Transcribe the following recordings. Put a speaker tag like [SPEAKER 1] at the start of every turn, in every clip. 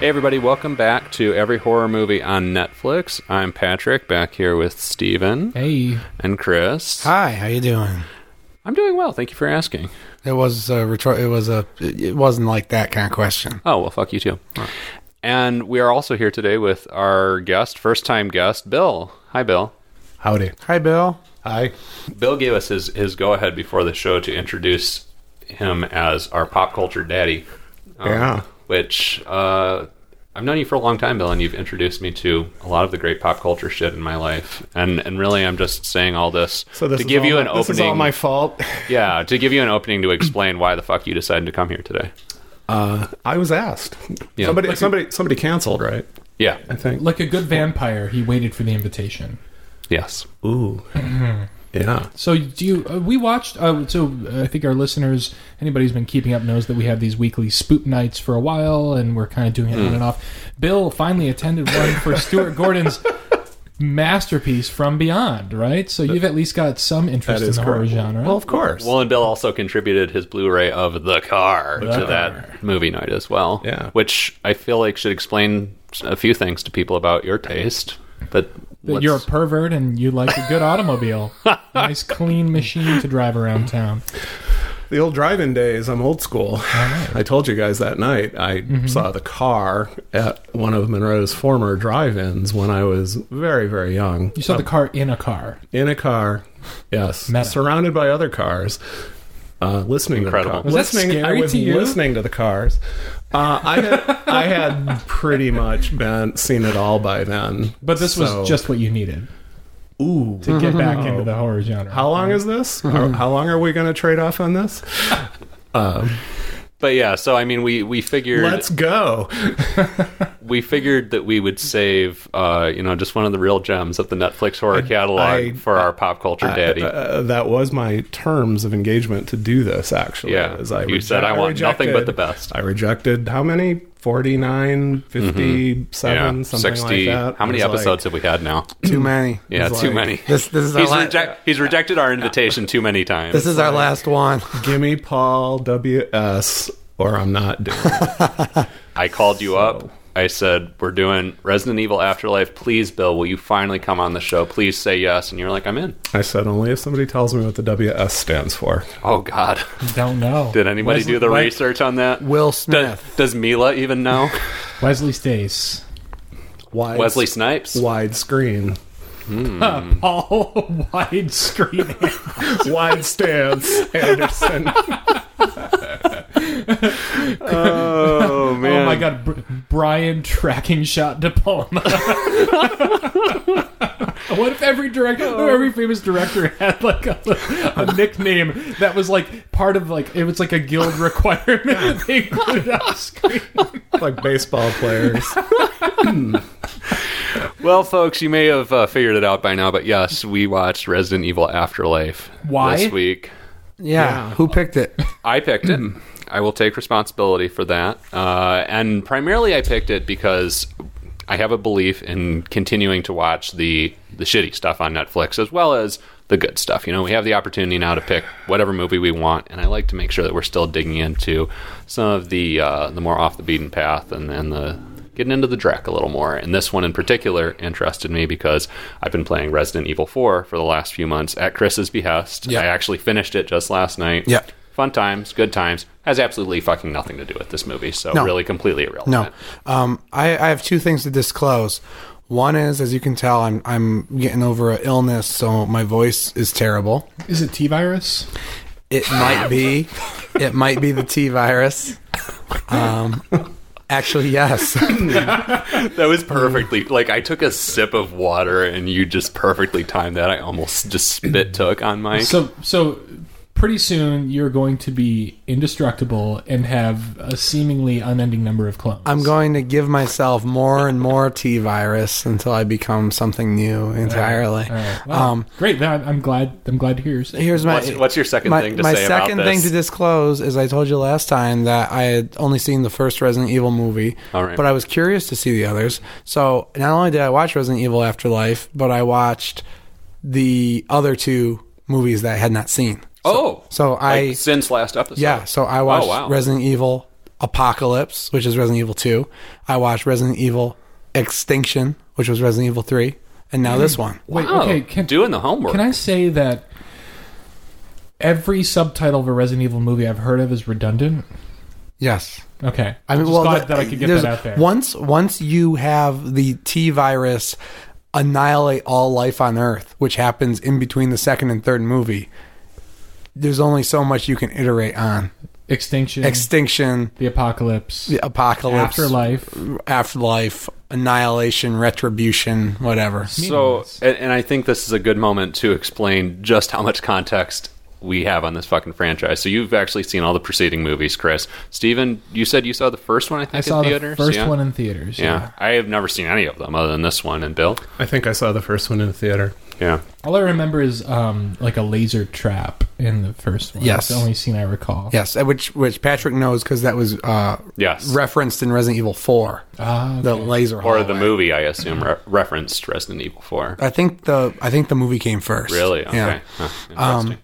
[SPEAKER 1] Hey, everybody, welcome back to Every Horror Movie on Netflix. I'm Patrick, back here with Steven
[SPEAKER 2] Hey.
[SPEAKER 1] and Chris.
[SPEAKER 2] Hi. How you doing?
[SPEAKER 1] I'm doing well. Thank you for asking.
[SPEAKER 2] It was a retort. It was a. It it wasn't like that kind of question.
[SPEAKER 1] Oh, well, fuck you too. And we are also here today with our guest, first time guest, Bill. Hi, Bill.
[SPEAKER 3] Howdy.
[SPEAKER 2] Hi, Bill.
[SPEAKER 3] Hi.
[SPEAKER 1] Bill gave us his, his go ahead before the show to introduce him as our pop culture daddy. Um,
[SPEAKER 3] Yeah.
[SPEAKER 1] Which uh, I've known you for a long time, Bill, and you've introduced me to a lot of the great pop culture shit in my life. And and really, I'm just saying all this,
[SPEAKER 3] So this
[SPEAKER 1] to
[SPEAKER 3] is
[SPEAKER 1] give
[SPEAKER 3] all,
[SPEAKER 1] you an opening.
[SPEAKER 3] This is all my fault.
[SPEAKER 1] yeah, to give you an opening to explain why the fuck you decided to come here today.
[SPEAKER 3] I was asked.
[SPEAKER 1] Yeah.
[SPEAKER 3] Somebody, somebody, somebody canceled, right?
[SPEAKER 1] Yeah.
[SPEAKER 3] I think.
[SPEAKER 4] Like a good vampire, he waited for the invitation.
[SPEAKER 1] Yes.
[SPEAKER 3] Ooh. Mm-hmm. yeah.
[SPEAKER 4] So do you? Uh, we watched. Uh, so I think our listeners, anybody who's been keeping up, knows that we have these weekly spook nights for a while, and we're kind of doing it on
[SPEAKER 3] Mm.
[SPEAKER 4] and off. Bill finally attended one for Stuart Gordon's masterpiece from beyond right so you've at least got some interest in the horror
[SPEAKER 3] correct.
[SPEAKER 4] genre
[SPEAKER 3] Well, of course.
[SPEAKER 1] Well, and Bill also contributed his Blu-ray of The Car to
[SPEAKER 4] Car.
[SPEAKER 1] that movie night as well.
[SPEAKER 3] Yeah.
[SPEAKER 1] which I feel like should explain a few things to people about your taste. But
[SPEAKER 4] that
[SPEAKER 1] let's-
[SPEAKER 4] you're a pervert and you like a good automobile nice clean machine to drive around town
[SPEAKER 3] the old drive-in days. I'm old school. I told you guys that night. I
[SPEAKER 1] Mm-hmm.
[SPEAKER 3] saw the car at one of Monroe's former drive-ins when I was very, very young.
[SPEAKER 4] you saw the car in a car
[SPEAKER 3] in a car, yes,
[SPEAKER 4] Meta.
[SPEAKER 3] surrounded by other cars, uh, listening
[SPEAKER 1] Incredible.
[SPEAKER 3] to the
[SPEAKER 1] Was
[SPEAKER 3] car.
[SPEAKER 4] that
[SPEAKER 3] listening,
[SPEAKER 4] scary
[SPEAKER 3] I was
[SPEAKER 4] to you?
[SPEAKER 3] listening to the cars. Uh, I had I had pretty much been seen it all by then.
[SPEAKER 4] but this
[SPEAKER 3] So-
[SPEAKER 4] was just what you needed
[SPEAKER 3] ooh.
[SPEAKER 4] to get back into the horror genre
[SPEAKER 3] How long is this?
[SPEAKER 4] Mm-hmm.
[SPEAKER 3] How- How long are we going to trade off on this?
[SPEAKER 1] But yeah, so I mean, we we figured
[SPEAKER 3] Let's go.
[SPEAKER 1] we figured that we would save, uh, you know, just one of the real gems of the Netflix horror catalog
[SPEAKER 3] I-
[SPEAKER 1] for our pop culture daddy.
[SPEAKER 3] Uh, that was my terms of engagement to do this. Actually,
[SPEAKER 1] Yeah.
[SPEAKER 3] as I
[SPEAKER 1] You said, "I want nothing but the
[SPEAKER 3] rejected-
[SPEAKER 1] best."
[SPEAKER 3] I rejected how many? 49, 57,
[SPEAKER 1] yeah,
[SPEAKER 3] something
[SPEAKER 1] sixty.
[SPEAKER 3] like that.
[SPEAKER 1] how many
[SPEAKER 3] It was like-
[SPEAKER 1] episodes have we had now?
[SPEAKER 2] Too many.
[SPEAKER 1] Yeah,
[SPEAKER 3] It's
[SPEAKER 1] too
[SPEAKER 3] like-
[SPEAKER 1] many.
[SPEAKER 2] This this is our
[SPEAKER 1] He's,
[SPEAKER 2] la-
[SPEAKER 1] reject, he's rejected our invitation too many times.
[SPEAKER 2] this is our last one.
[SPEAKER 3] Gimme Paul WS or I'm not doing it.
[SPEAKER 1] I called you up. I said, "We're doing Resident Evil Afterlife. Please, Bill, will you finally come on the show? Please say yes." And you're like, "I'm in."
[SPEAKER 3] I said only if somebody tells me what the WS stands for.
[SPEAKER 1] Oh God!
[SPEAKER 4] Don't know.
[SPEAKER 1] Did anybody
[SPEAKER 4] Wesley-
[SPEAKER 1] do the
[SPEAKER 4] Wes-
[SPEAKER 1] research on that?
[SPEAKER 2] Will
[SPEAKER 1] Does,
[SPEAKER 2] Smith.
[SPEAKER 1] does Mila even know?
[SPEAKER 4] Wesley Stace.
[SPEAKER 3] Wide,
[SPEAKER 1] Wesley Snipes.
[SPEAKER 3] Wide screen.
[SPEAKER 1] Hmm.
[SPEAKER 4] All widescreen.
[SPEAKER 3] Wide stance. Anderson.
[SPEAKER 1] Oh man!
[SPEAKER 4] oh my god, Br- Brian tracking shot De Palma. what if every director,
[SPEAKER 1] Oh.
[SPEAKER 4] or every famous director had like a, a nickname that was like part of like it was like a guild requirement that they included on screen.
[SPEAKER 3] like baseball players.
[SPEAKER 1] Well, folks, you may have uh, figured it out by now, but yes, we watched Resident Evil Afterlife
[SPEAKER 4] Why?
[SPEAKER 1] this week.
[SPEAKER 2] Yeah. Who picked it?
[SPEAKER 1] I picked it. I will take responsibility for that. Uh, and primarily, I picked it because I have a belief in continuing to watch the the shitty stuff on Netflix as well as the good stuff. You know, we have the opportunity now to pick whatever movie we want, and I like to make sure that we're still digging into some of the uh, the more off the beaten path and, and the getting into the dreck a little more. And this one in particular interested me because I've been playing Resident Evil 4 for the last few months at Chris's behest.
[SPEAKER 2] Yeah.
[SPEAKER 1] I actually finished it just last night.
[SPEAKER 2] Yeah.
[SPEAKER 1] Fun times, good times has absolutely fucking nothing to do with this movie. So
[SPEAKER 2] No.
[SPEAKER 1] really, completely irrelevant.
[SPEAKER 2] No, um, I, I have two things to disclose. One is, as you can tell, I'm I'm getting over an illness, so my voice is terrible.
[SPEAKER 4] Is it T virus?
[SPEAKER 2] It might be, it might be the T virus. Um, actually, yes.
[SPEAKER 1] that was perfectly like I took a sip of water and you just perfectly timed that. I almost just spit took on my.
[SPEAKER 4] So so pretty soon you're going to be indestructible and have a seemingly unending number of clones.
[SPEAKER 2] I'm going to give myself more and more T virus until I become something new entirely.
[SPEAKER 4] All right. Well,
[SPEAKER 2] Um,
[SPEAKER 4] great. Now I'm glad. I'm glad to hear. yours.
[SPEAKER 2] Here's my.
[SPEAKER 1] What's- what's your second
[SPEAKER 2] my,
[SPEAKER 1] thing to
[SPEAKER 2] my
[SPEAKER 1] say about
[SPEAKER 2] second
[SPEAKER 1] this?
[SPEAKER 2] thing to disclose is I told you last time that I had only seen the first Resident Evil movie,
[SPEAKER 1] All right.
[SPEAKER 2] but I was curious to see the others. So not only did I watch Resident Evil Afterlife, but I watched the other two movies that I had not seen.
[SPEAKER 1] oh,
[SPEAKER 2] So I
[SPEAKER 1] like since last episode.
[SPEAKER 2] yeah, so I watched
[SPEAKER 1] Oh, wow.
[SPEAKER 2] Resident Evil Apocalypse, which is Resident Evil 2. I watched Resident Evil Extinction, which was Resident Evil 3, and now this one.
[SPEAKER 4] Wait.
[SPEAKER 1] Wow,
[SPEAKER 4] okay. Can,
[SPEAKER 1] Oh, doing the homework.
[SPEAKER 4] can I say that every subtitle of a Resident Evil movie I've heard of is redundant?
[SPEAKER 2] Yes.
[SPEAKER 4] Okay.
[SPEAKER 2] I mean,
[SPEAKER 4] Just
[SPEAKER 2] well,
[SPEAKER 4] glad
[SPEAKER 2] the-
[SPEAKER 4] that I could get
[SPEAKER 2] there's-
[SPEAKER 4] that out there.
[SPEAKER 2] Once, once you have the T virus annihilate all life on Earth, which happens in between the second and third movie, there's only so much you can iterate on.
[SPEAKER 4] Hmm. Extinction.
[SPEAKER 2] Extinction,
[SPEAKER 4] the apocalypse.
[SPEAKER 2] the apocalypse,
[SPEAKER 4] Afterlife.
[SPEAKER 2] afterlife, annihilation, retribution, whatever.
[SPEAKER 1] So,
[SPEAKER 4] meaningless.
[SPEAKER 1] and, and I think this is a good moment to explain just how much context we have on this fucking franchise. So you've actually seen all the preceding movies, Chris. Steven, you said you saw the first one. I think
[SPEAKER 4] I saw
[SPEAKER 1] in
[SPEAKER 4] the
[SPEAKER 1] theaters.
[SPEAKER 4] first
[SPEAKER 1] yeah?
[SPEAKER 4] one in theaters.
[SPEAKER 1] Yeah. I have never seen any of them other than this one. And Bill,
[SPEAKER 3] I think I saw the first one in the theater.
[SPEAKER 1] yeah,
[SPEAKER 4] All I remember is um, like a laser trap in the first one.
[SPEAKER 2] Yes.
[SPEAKER 4] That's the only scene I recall.
[SPEAKER 2] Yes, uh, which which Patrick knows because that was uh,
[SPEAKER 1] yes,
[SPEAKER 2] referenced in Resident Evil Four,
[SPEAKER 4] Ah,
[SPEAKER 2] the laser
[SPEAKER 1] or
[SPEAKER 2] hallway.
[SPEAKER 1] the movie. I assume re- referenced Resident Evil Four.
[SPEAKER 2] I think the I think the movie came first.
[SPEAKER 1] Really? Okay.
[SPEAKER 2] Yeah, Um,
[SPEAKER 1] Huh, interesting.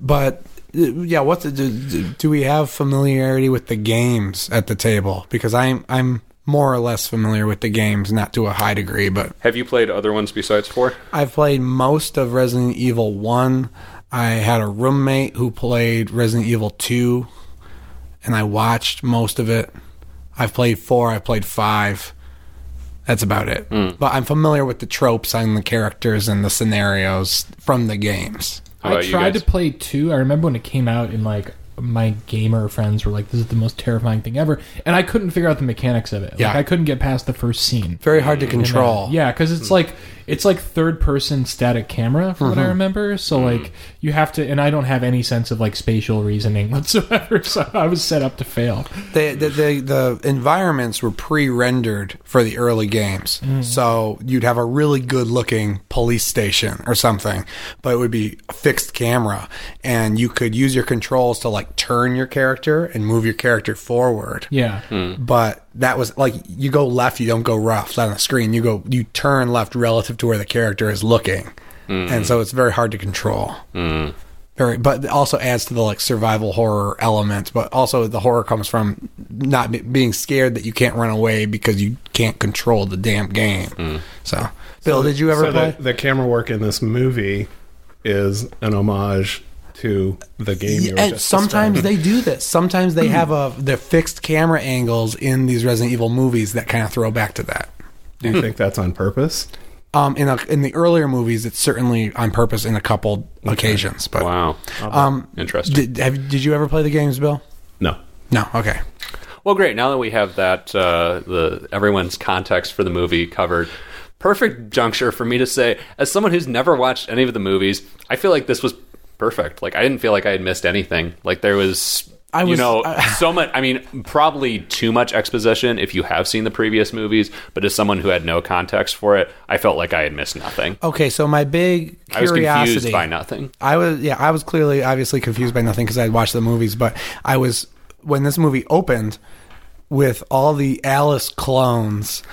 [SPEAKER 2] but uh, yeah, what the, do, do we have familiarity with the games at the table? Because I'm I'm more or less familiar with the games, not to a high degree, but
[SPEAKER 1] have you played other ones besides four?
[SPEAKER 2] I've played most of Resident Evil One. I had a roommate who played Resident Evil Two, and I watched most of it. I've played four. I've played five. That's about it. But I'm familiar with the tropes and the characters and the scenarios from the games.
[SPEAKER 1] How
[SPEAKER 4] I
[SPEAKER 1] about you
[SPEAKER 4] tried to
[SPEAKER 1] guys?
[SPEAKER 4] play two. I remember when it came out, and like my gamer friends were like, "This is the most terrifying thing ever," and I couldn't figure out the mechanics of it.
[SPEAKER 2] Yeah.
[SPEAKER 4] Like I couldn't get past the first scene.
[SPEAKER 2] Very hard to
[SPEAKER 4] And then-
[SPEAKER 2] control.
[SPEAKER 4] Yeah, because it's
[SPEAKER 1] Hmm.
[SPEAKER 4] like it's like third person static camera from
[SPEAKER 1] Mm-hmm.
[SPEAKER 4] what I remember. So
[SPEAKER 1] Hmm.
[SPEAKER 4] like you have to, and I don't have any sense of like spatial reasoning whatsoever. So I was set up to fail.
[SPEAKER 2] They, the, the the environments were pre-rendered for the early games, so you'd have a really good-looking police station or something, but it would be a fixed camera, and you could use your controls to like turn your character and move your character forward.
[SPEAKER 4] Yeah.
[SPEAKER 1] Hmm.
[SPEAKER 2] But that was like you go left, you don't go left on the screen. You go you turn left relative to where the character is looking, and so it's very hard to control. Very, but it also adds to the like survival horror element. But also the horror comes from not be- being scared that you can't run away because you can't control the damn game. So, Bill, did you ever
[SPEAKER 3] So
[SPEAKER 2] play?
[SPEAKER 3] the, the camera work in this movie is an homage to the game. you
[SPEAKER 2] Yeah,
[SPEAKER 3] were
[SPEAKER 2] and
[SPEAKER 3] just
[SPEAKER 2] sometimes
[SPEAKER 3] describing.
[SPEAKER 2] they do this. Sometimes they have a their fixed camera angles in these Resident Evil movies that kind of throw back to that.
[SPEAKER 3] Do you think that's on purpose?
[SPEAKER 2] Um, in a, in the earlier movies, it's certainly on purpose in a couple occasions. But
[SPEAKER 1] Wow.
[SPEAKER 2] um,
[SPEAKER 1] Interesting.
[SPEAKER 2] did have, did you ever play the games, Bill?
[SPEAKER 3] No.
[SPEAKER 2] No. Okay.
[SPEAKER 1] Well, great. Now that we have that, uh, the everyone's context for the movie covered, perfect juncture for me to say, as someone who's never watched any of the movies, I feel like this was perfect. Like I didn't feel like I had missed anything. Like there was.
[SPEAKER 2] I
[SPEAKER 1] you
[SPEAKER 2] was-
[SPEAKER 1] know,
[SPEAKER 2] I-
[SPEAKER 1] so much. I mean, probably too much exposition if you have seen the previous movies. But as someone who had no context for it, I felt like I had missed nothing.
[SPEAKER 2] Okay. So my big
[SPEAKER 1] I was
[SPEAKER 2] curiosity.
[SPEAKER 1] confused by nothing.
[SPEAKER 2] I was yeah, I was clearly obviously confused by nothing because I'd watched the movies, but I was when this movie opened with all the Alice clones,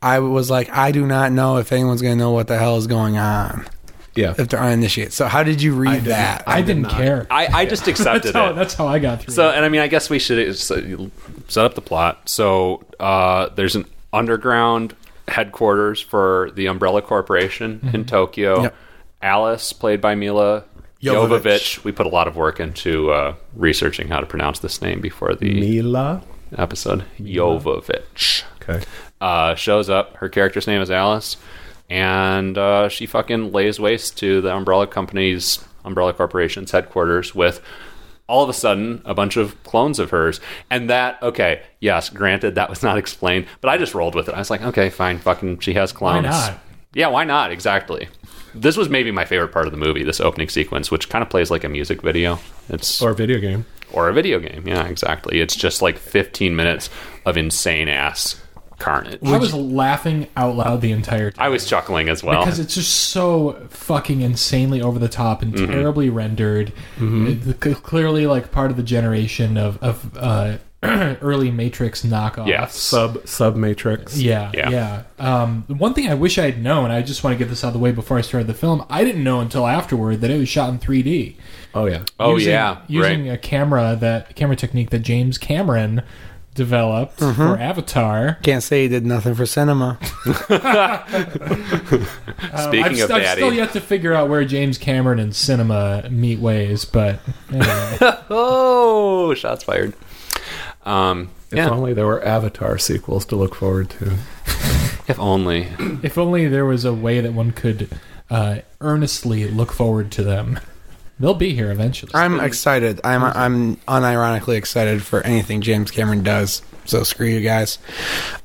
[SPEAKER 2] I was like, I do not know if anyone's gonna know what the hell is going on
[SPEAKER 3] Yeah.
[SPEAKER 2] if they're uninitiated. So how did you read that?
[SPEAKER 4] I, didn't care.
[SPEAKER 1] I, I just accepted
[SPEAKER 4] that's how
[SPEAKER 1] it.
[SPEAKER 4] that's how I got through.
[SPEAKER 1] So,
[SPEAKER 4] it.
[SPEAKER 1] and I mean, I guess we should uh, so- set up the plot. So, uh, there's an underground headquarters for the Umbrella Corporation in Tokyo.
[SPEAKER 2] Yep.
[SPEAKER 1] Alice, played by Mila
[SPEAKER 2] Jovovich.
[SPEAKER 1] Jovovich. We put a lot of work into uh, researching how to pronounce this name before the
[SPEAKER 3] Mila.
[SPEAKER 1] episode. Jovovich
[SPEAKER 3] Okay.
[SPEAKER 1] uh, shows up. Her character's name is Alice, and uh, she fucking lays waste to the Umbrella Company's Umbrella Corporation's headquarters with all of a sudden a bunch of clones of hers. And that, okay, yes, granted that was not explained, but I just rolled with it. I was like, okay, fine, fucking, she has clones.
[SPEAKER 4] not?
[SPEAKER 1] Yeah, why not? Exactly. this was maybe my favorite part of the movie. This opening sequence, which kind of plays like a music video. It's
[SPEAKER 3] or a video game.
[SPEAKER 1] or a video game. Yeah, exactly. It's just like 15 minutes of insane ass carnage.
[SPEAKER 4] I was laughing out loud the entire time.
[SPEAKER 1] I was chuckling as well.
[SPEAKER 4] because it's just so fucking insanely over the top and
[SPEAKER 1] Mm-hmm.
[SPEAKER 4] terribly rendered. It- c- clearly, like part of the generation of of uh, early Matrix knockoffs.
[SPEAKER 1] Yeah.
[SPEAKER 3] Sub sub Matrix.
[SPEAKER 4] Yeah,
[SPEAKER 1] Yeah.
[SPEAKER 4] yeah. Um, one thing I wish I had known, I just want to get this out of the way before I started the film. I didn't know until afterward that it was shot in 3D.
[SPEAKER 3] Oh yeah.
[SPEAKER 1] oh
[SPEAKER 4] using,
[SPEAKER 1] yeah,
[SPEAKER 4] using
[SPEAKER 1] right.
[SPEAKER 4] a camera that camera technique that James Cameron developed for Avatar.
[SPEAKER 2] Can't say he did nothing for cinema. uh,
[SPEAKER 4] Um,
[SPEAKER 1] Speaking
[SPEAKER 4] I've,
[SPEAKER 1] of
[SPEAKER 4] I've
[SPEAKER 1] daddy,
[SPEAKER 4] still yet to figure out where James Cameron and cinema meet ways, but anyway.
[SPEAKER 1] oh, shots fired. Um,
[SPEAKER 3] If
[SPEAKER 1] yeah,
[SPEAKER 3] only there were Avatar sequels to look forward to.
[SPEAKER 1] if only.
[SPEAKER 4] if only there was a way that one could uh, earnestly look forward to them. They'll be here eventually.
[SPEAKER 2] I'm excited. I'm I'm unironically excited for anything James Cameron does. So screw you guys.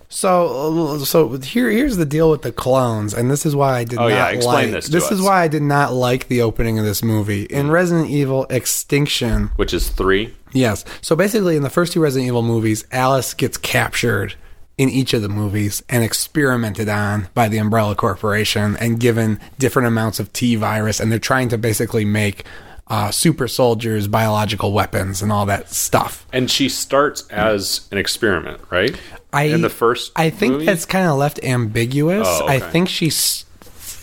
[SPEAKER 2] So so here here's the deal with the clones, and this is why I did
[SPEAKER 1] Oh,
[SPEAKER 2] not
[SPEAKER 1] yeah, explain
[SPEAKER 2] like
[SPEAKER 1] this to
[SPEAKER 2] is
[SPEAKER 1] us. Mm.
[SPEAKER 2] why I did not like the opening of this movie in Resident Evil Extinction.
[SPEAKER 1] Which is three.
[SPEAKER 2] Yes. So basically, in the first two Resident Evil movies, Alice gets captured in each of the movies and experimented on by the Umbrella Corporation and given different amounts of T virus, and they're trying to basically make uh, super soldiers, biological weapons, and all that stuff.
[SPEAKER 1] And she starts as an experiment, right?
[SPEAKER 2] I
[SPEAKER 1] in the first.
[SPEAKER 2] I think
[SPEAKER 1] movie?
[SPEAKER 2] that's kind of left ambiguous.
[SPEAKER 1] Oh,
[SPEAKER 2] I
[SPEAKER 1] okay.
[SPEAKER 2] think she's.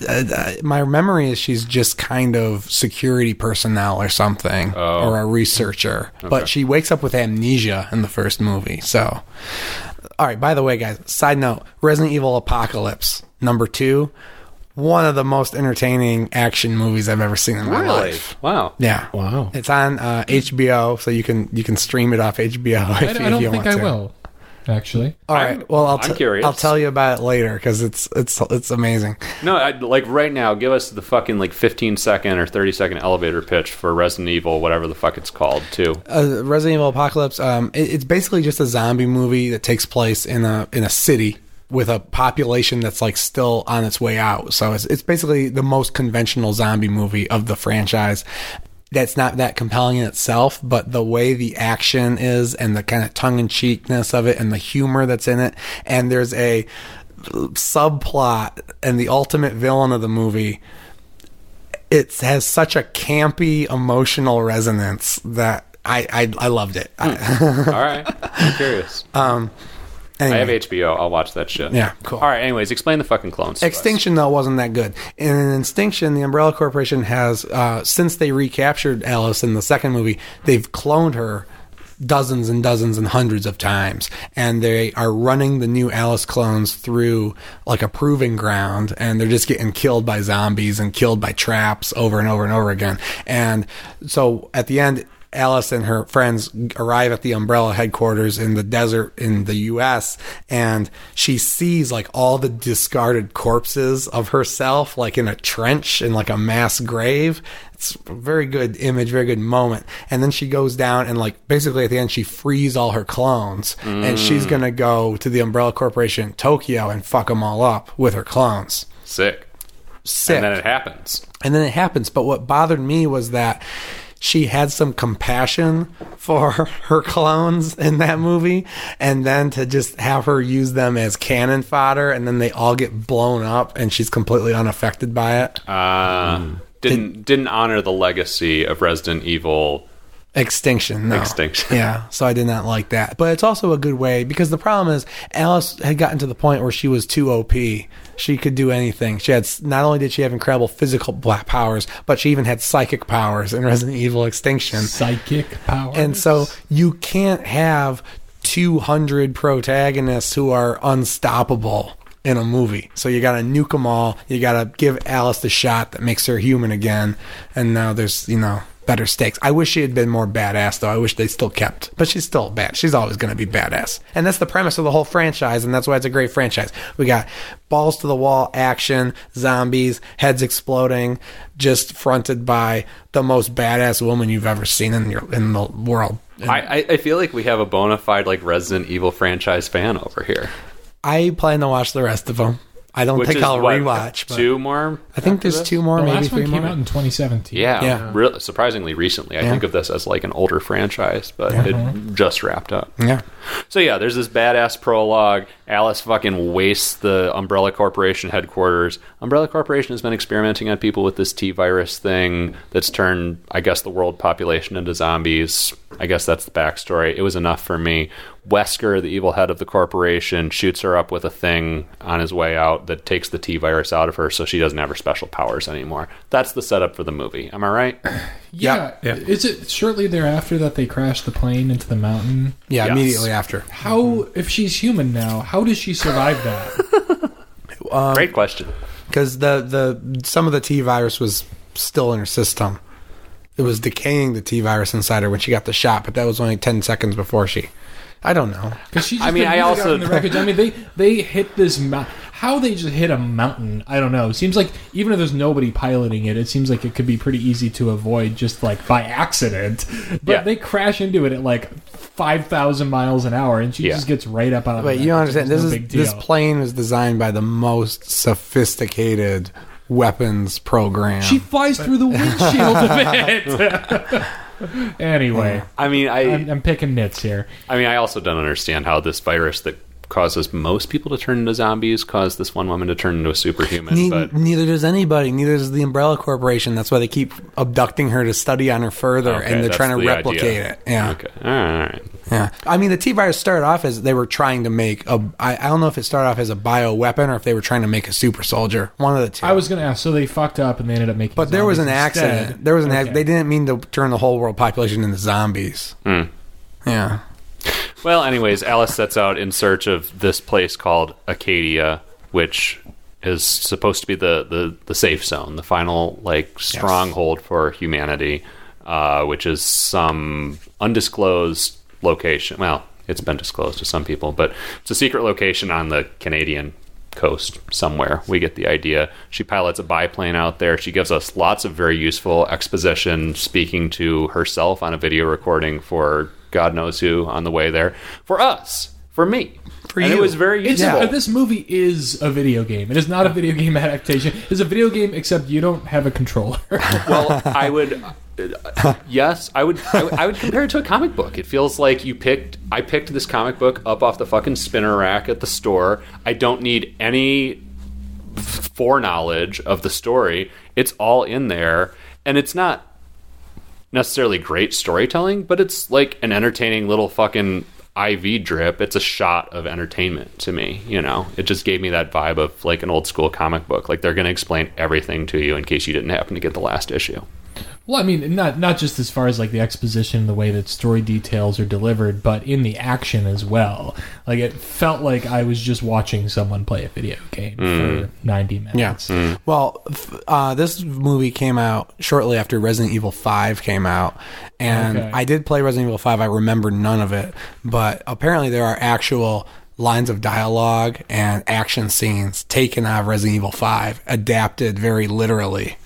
[SPEAKER 2] Uh, uh, my memory is she's just kind of security personnel or something,
[SPEAKER 4] Oh.
[SPEAKER 2] or a researcher. But she wakes up with amnesia in the first movie. So, all right. By the way, guys. Side note: Resident Evil Apocalypse number two, one of the most entertaining action movies I've ever seen in my
[SPEAKER 1] really
[SPEAKER 2] life.
[SPEAKER 1] wow.
[SPEAKER 2] Yeah.
[SPEAKER 3] Wow.
[SPEAKER 2] It's on uh, HBO, so you can you can stream it off HBO if,
[SPEAKER 4] I, I
[SPEAKER 2] you- if
[SPEAKER 4] don't
[SPEAKER 2] you
[SPEAKER 4] think
[SPEAKER 2] want
[SPEAKER 4] I
[SPEAKER 2] to.
[SPEAKER 4] will, actually.
[SPEAKER 2] All right.
[SPEAKER 1] I'm-
[SPEAKER 2] well, I'll
[SPEAKER 1] I'm
[SPEAKER 2] t-
[SPEAKER 1] curious.
[SPEAKER 2] I'll tell you about it later because it's it's it's amazing.
[SPEAKER 1] No, I, like right now, give us the fucking like 15 second or 30 second elevator pitch for Resident Evil, whatever the fuck it's called, too.
[SPEAKER 2] Uh, Resident Evil Apocalypse. Um, it- it's basically just a zombie movie that takes place in a in a city with a population that's like still on its way out. So it's it's basically the most conventional zombie movie of the franchise. That's not that compelling in itself, but the way the action is and the kind of tongue in cheekness of it and the humor that's in it, and there's a subplot and the ultimate villain of the movie it has such a campy emotional resonance that I I, I loved it. I,
[SPEAKER 1] All right, I'm curious. I
[SPEAKER 2] Um, anyway,
[SPEAKER 1] have HBO. I'll watch that shit.
[SPEAKER 2] Yeah, cool.
[SPEAKER 1] All right. Anyways, explain the fucking clones. to us.
[SPEAKER 2] Extinction though wasn't that good. And in Extinction, the Umbrella Corporation has uh, since they recaptured Alice in the second movie, they've cloned her dozens and dozens and hundreds of times, and they are running the new Alice clones through like a proving ground, and they're just getting killed by zombies and killed by traps over and over and over again. And so at the end. Alice and her friends arrive at the Umbrella headquarters in the desert in the US and she sees like all the discarded corpses of herself like in a trench in like a mass grave. It's a very good image, very good moment. And then she goes down and like basically at the end she frees all her clones and she's going to go to the Umbrella Corporation in Tokyo and fuck them all up with her clones.
[SPEAKER 1] Sick.
[SPEAKER 2] Sick.
[SPEAKER 1] And then it happens.
[SPEAKER 2] And then it happens. But what bothered me was that she had some compassion for her clones in that movie. And then to just have her use them as cannon fodder and then they all get blown up and she's completely unaffected by it.
[SPEAKER 1] Uh, Didn't didn't honor the legacy of Resident Evil.
[SPEAKER 2] Extinction. No.
[SPEAKER 1] Extinction.
[SPEAKER 2] Yeah. So I did not like that. But it's also a good way because the problem is Alice had gotten to the point where she was too OP. She could do anything. She had not only did she have incredible physical black powers, but she even had psychic powers in Resident Evil Extinction.
[SPEAKER 4] Psychic power.
[SPEAKER 2] And so you can't have 200 protagonists who are unstoppable in a movie. So you got to nuke them all. You got to give Alice the shot that makes her human again. And now there's, you know, better stakes. I wish she had been more badass, though. I wish they still kept. But she's still bad. She's always going to be badass. And that's the premise of the whole franchise. And that's why it's a great franchise. We got balls to the wall action, zombies, heads exploding, just fronted by the most badass woman you've ever seen in your in the world.
[SPEAKER 1] I, I I feel like we have a bona fide like Resident Evil franchise fan over here.
[SPEAKER 2] I plan to watch the rest of them. I don't
[SPEAKER 1] Which
[SPEAKER 2] think
[SPEAKER 1] is
[SPEAKER 2] I'll
[SPEAKER 1] what,
[SPEAKER 2] rewatch. But
[SPEAKER 1] two more.
[SPEAKER 2] I think there's two more,
[SPEAKER 4] the
[SPEAKER 2] maybe
[SPEAKER 4] last
[SPEAKER 2] three
[SPEAKER 4] one came
[SPEAKER 2] more.
[SPEAKER 4] out in 2017.
[SPEAKER 1] Yeah,
[SPEAKER 2] Yeah.
[SPEAKER 1] real- surprisingly recently. I
[SPEAKER 2] Yeah. Mm-hmm.
[SPEAKER 1] think of this as like an older franchise, but it just wrapped up.
[SPEAKER 2] yeah.
[SPEAKER 1] So yeah, there's this badass prologue. Alice fucking wastes the Umbrella Corporation headquarters. Umbrella Corporation has been experimenting on people with this T virus thing that's turned, I guess, the world population into zombies. I guess that's the backstory. It was enough for me. Wesker, the evil head of the corporation, shoots her up with a thing on his way out that takes the T virus out of her, so she doesn't have her special powers anymore. That's the setup for the movie. Am I right?
[SPEAKER 4] Yeah.
[SPEAKER 3] Yeah. Yeah.
[SPEAKER 4] Is it shortly thereafter that they crash the plane into the mountain?
[SPEAKER 2] Yeah,
[SPEAKER 1] Yes.
[SPEAKER 2] immediately after.
[SPEAKER 4] How,
[SPEAKER 2] Mm-hmm.
[SPEAKER 4] if she's human now, how does she survive that?
[SPEAKER 1] Great question.
[SPEAKER 2] Because the, the some of the T virus was still in her system. It was decaying the T virus inside her when she got the shot, but that was only ten seconds before she. I don't know.
[SPEAKER 4] Because she's.
[SPEAKER 1] I
[SPEAKER 4] Just
[SPEAKER 1] mean,
[SPEAKER 4] been
[SPEAKER 1] I
[SPEAKER 4] really
[SPEAKER 1] also-
[SPEAKER 4] out in the wreckage. I mean, they they hit this mountain. How they just hit a mountain? I don't know. Seems like even if there's nobody piloting it, it seems like it could be pretty easy to avoid just like by accident. But
[SPEAKER 1] Yeah.
[SPEAKER 4] they crash into it at like five thousand miles an hour, and she
[SPEAKER 1] Yeah.
[SPEAKER 4] just gets right up out of.
[SPEAKER 2] But
[SPEAKER 4] the
[SPEAKER 2] you don't
[SPEAKER 4] wreckage.
[SPEAKER 2] understand. This
[SPEAKER 4] It's no
[SPEAKER 2] is
[SPEAKER 4] big deal.
[SPEAKER 2] this plane was designed by the most sophisticated weapons program.
[SPEAKER 4] She flies through the windshield of it. anyway,
[SPEAKER 1] I mean, I
[SPEAKER 4] I'm, I'm picking nits here.
[SPEAKER 1] I mean, I also don't understand how this virus that causes most people to turn into zombies caused this one woman to turn into a superhuman.
[SPEAKER 2] Ne-
[SPEAKER 1] but
[SPEAKER 2] neither does anybody. Neither does the Umbrella Corporation. That's why they keep abducting her to study on her further,
[SPEAKER 1] Okay,
[SPEAKER 2] and they're
[SPEAKER 1] that's
[SPEAKER 2] trying to
[SPEAKER 1] the idea.
[SPEAKER 2] replicate it. Yeah,
[SPEAKER 1] okay, all right.
[SPEAKER 2] yeah. I mean, the T virus started off as they were trying to make a. I, I don't know if it started off as a bio weapon or if they were trying to make a super soldier. One of the two.
[SPEAKER 4] I was going to ask. So they fucked up, and they ended up making.
[SPEAKER 2] but there was an
[SPEAKER 4] zombies instead.
[SPEAKER 2] accident. There was an. ac
[SPEAKER 4] Okay.
[SPEAKER 2] They didn't mean to turn the whole world population into zombies.
[SPEAKER 1] Hmm.
[SPEAKER 2] Yeah.
[SPEAKER 1] Well, anyways, Alice sets out in search of this place called Acadia, which is supposed to be the the, the safe zone, the final like stronghold for humanity, uh, which is some undisclosed location. Well, it's been disclosed to some people, but it's a secret location on the Canadian coast somewhere. We get the idea. She pilots a biplane out there. She gives us lots of very useful exposition, speaking to herself on a video recording for God knows who on the way there. For us, for me,
[SPEAKER 2] For
[SPEAKER 1] and it
[SPEAKER 2] you.
[SPEAKER 1] was very
[SPEAKER 4] It's
[SPEAKER 1] useful.
[SPEAKER 4] uh, this movie is a video game. It is not a video game adaptation. It's a video game, except you don't have a controller.
[SPEAKER 1] well, I would. uh, yes, I would, I would. I would compare it to a comic book. It feels like you picked. I picked this comic book up off the fucking spinner rack at the store. I don't need any foreknowledge of the story. It's all in there, and it's not necessarily great storytelling, but it's like an entertaining little fucking IV drip. It's a shot of entertainment to me, you know. It just gave me that vibe of like an old school comic book. Like they're going to explain everything to you in case you didn't happen to get the last issue.
[SPEAKER 4] well, I mean, not not just as far as like the exposition, the way that story details are delivered, but in the action as well. Like it felt like I was just watching someone play a video game
[SPEAKER 1] Hmm.
[SPEAKER 4] for ninety
[SPEAKER 2] Yeah.
[SPEAKER 4] minutes.
[SPEAKER 2] Well, f- uh, this movie came out shortly after Resident Evil 5 came out. And
[SPEAKER 4] Okay.
[SPEAKER 2] I did play Resident Evil 5. I remember none of it. But apparently, there are actual lines of dialogue and action scenes taken out of Resident Evil 5, adapted very literally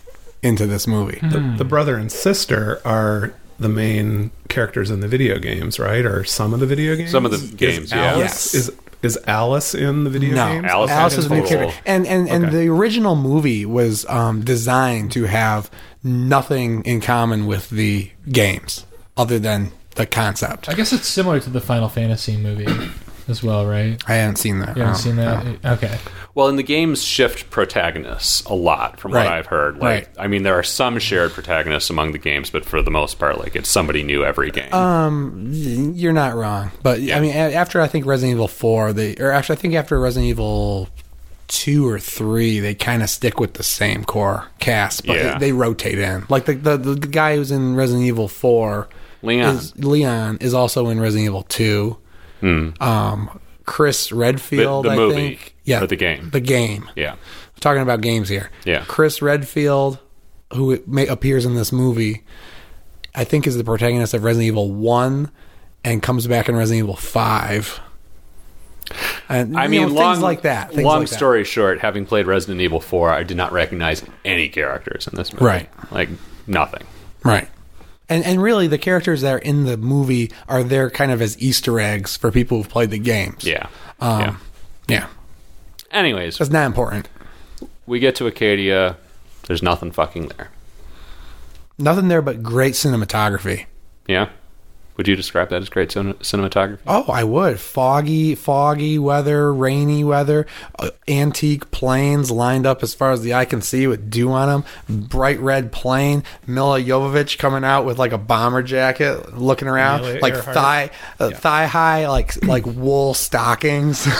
[SPEAKER 2] into this movie.
[SPEAKER 1] Hmm.
[SPEAKER 3] The, the brother and sister are the main characters in the video games, right? Or some of the video games?
[SPEAKER 1] Some of the
[SPEAKER 3] Is
[SPEAKER 1] games, yeah.
[SPEAKER 3] Alice-
[SPEAKER 2] Yes.
[SPEAKER 3] Is is Alice in the video
[SPEAKER 2] No,
[SPEAKER 3] games?
[SPEAKER 1] Alice
[SPEAKER 2] Alice
[SPEAKER 1] in
[SPEAKER 2] is a new
[SPEAKER 1] total.
[SPEAKER 2] character, and and and
[SPEAKER 3] Okay.
[SPEAKER 2] the original movie was um, designed to have nothing in common with the games, other than the concept.
[SPEAKER 4] I guess it's similar to the Final Fantasy movie as well, right?
[SPEAKER 2] I haven't seen that. Oh.
[SPEAKER 4] You haven't
[SPEAKER 1] Oh,
[SPEAKER 2] no,
[SPEAKER 4] seen
[SPEAKER 2] no.
[SPEAKER 4] that? Okay.
[SPEAKER 1] Well, and the games shift protagonists a lot from what
[SPEAKER 2] Right.
[SPEAKER 1] I've heard. Like,
[SPEAKER 2] Right.
[SPEAKER 1] I mean, there are some shared protagonists among the games, but for the most part, like it's somebody new every game.
[SPEAKER 2] Uh, Um, You're not wrong, but I mean, a- after I think Resident Evil Four, they or actually I think after Resident Evil two or three, they kind of stick with the same core cast, but
[SPEAKER 1] Yeah.
[SPEAKER 2] they rotate in. Like the, the the guy who's in Resident Evil Four,
[SPEAKER 1] Leon.
[SPEAKER 2] is, Leon is also in Resident Evil Two. Um, Chris Redfield,
[SPEAKER 1] Hmm. The- the
[SPEAKER 2] I
[SPEAKER 1] movie,
[SPEAKER 2] think, yeah,
[SPEAKER 1] or the game?
[SPEAKER 2] the game.
[SPEAKER 1] yeah.
[SPEAKER 2] We're talking about games here.
[SPEAKER 1] Yeah.
[SPEAKER 2] Chris Redfield, who may, appears in this movie, I think is the protagonist of Resident Evil One, and comes back in Resident Evil Five. And,
[SPEAKER 1] I
[SPEAKER 2] you
[SPEAKER 1] mean,
[SPEAKER 2] know,
[SPEAKER 1] long
[SPEAKER 2] things like that. Things
[SPEAKER 1] long
[SPEAKER 2] like that.
[SPEAKER 1] story short, having played Resident Evil Four, I did not recognize any characters in this movie.
[SPEAKER 2] Right.
[SPEAKER 1] like nothing.
[SPEAKER 2] right? And and really, the characters that are in the movie are there kind of as Easter eggs for people who've played the games.
[SPEAKER 1] Yeah,
[SPEAKER 2] Um,
[SPEAKER 1] yeah.
[SPEAKER 2] yeah.
[SPEAKER 1] Anyways,
[SPEAKER 2] That's not important.
[SPEAKER 1] we get to Acadia. There's nothing fucking there.
[SPEAKER 2] Nothing there but great cinematography.
[SPEAKER 1] Yeah. Would you describe that as great cin- cinematography?
[SPEAKER 2] Oh, I would. Foggy, foggy weather, rainy weather, uh, antique planes lined up as far as the eye can see with dew on them, bright red plane, Mila Jovovich coming out with like a bomber jacket, looking around,
[SPEAKER 3] Amelia
[SPEAKER 2] like
[SPEAKER 3] Earhart.
[SPEAKER 2] thigh uh, thigh high like like wool stockings.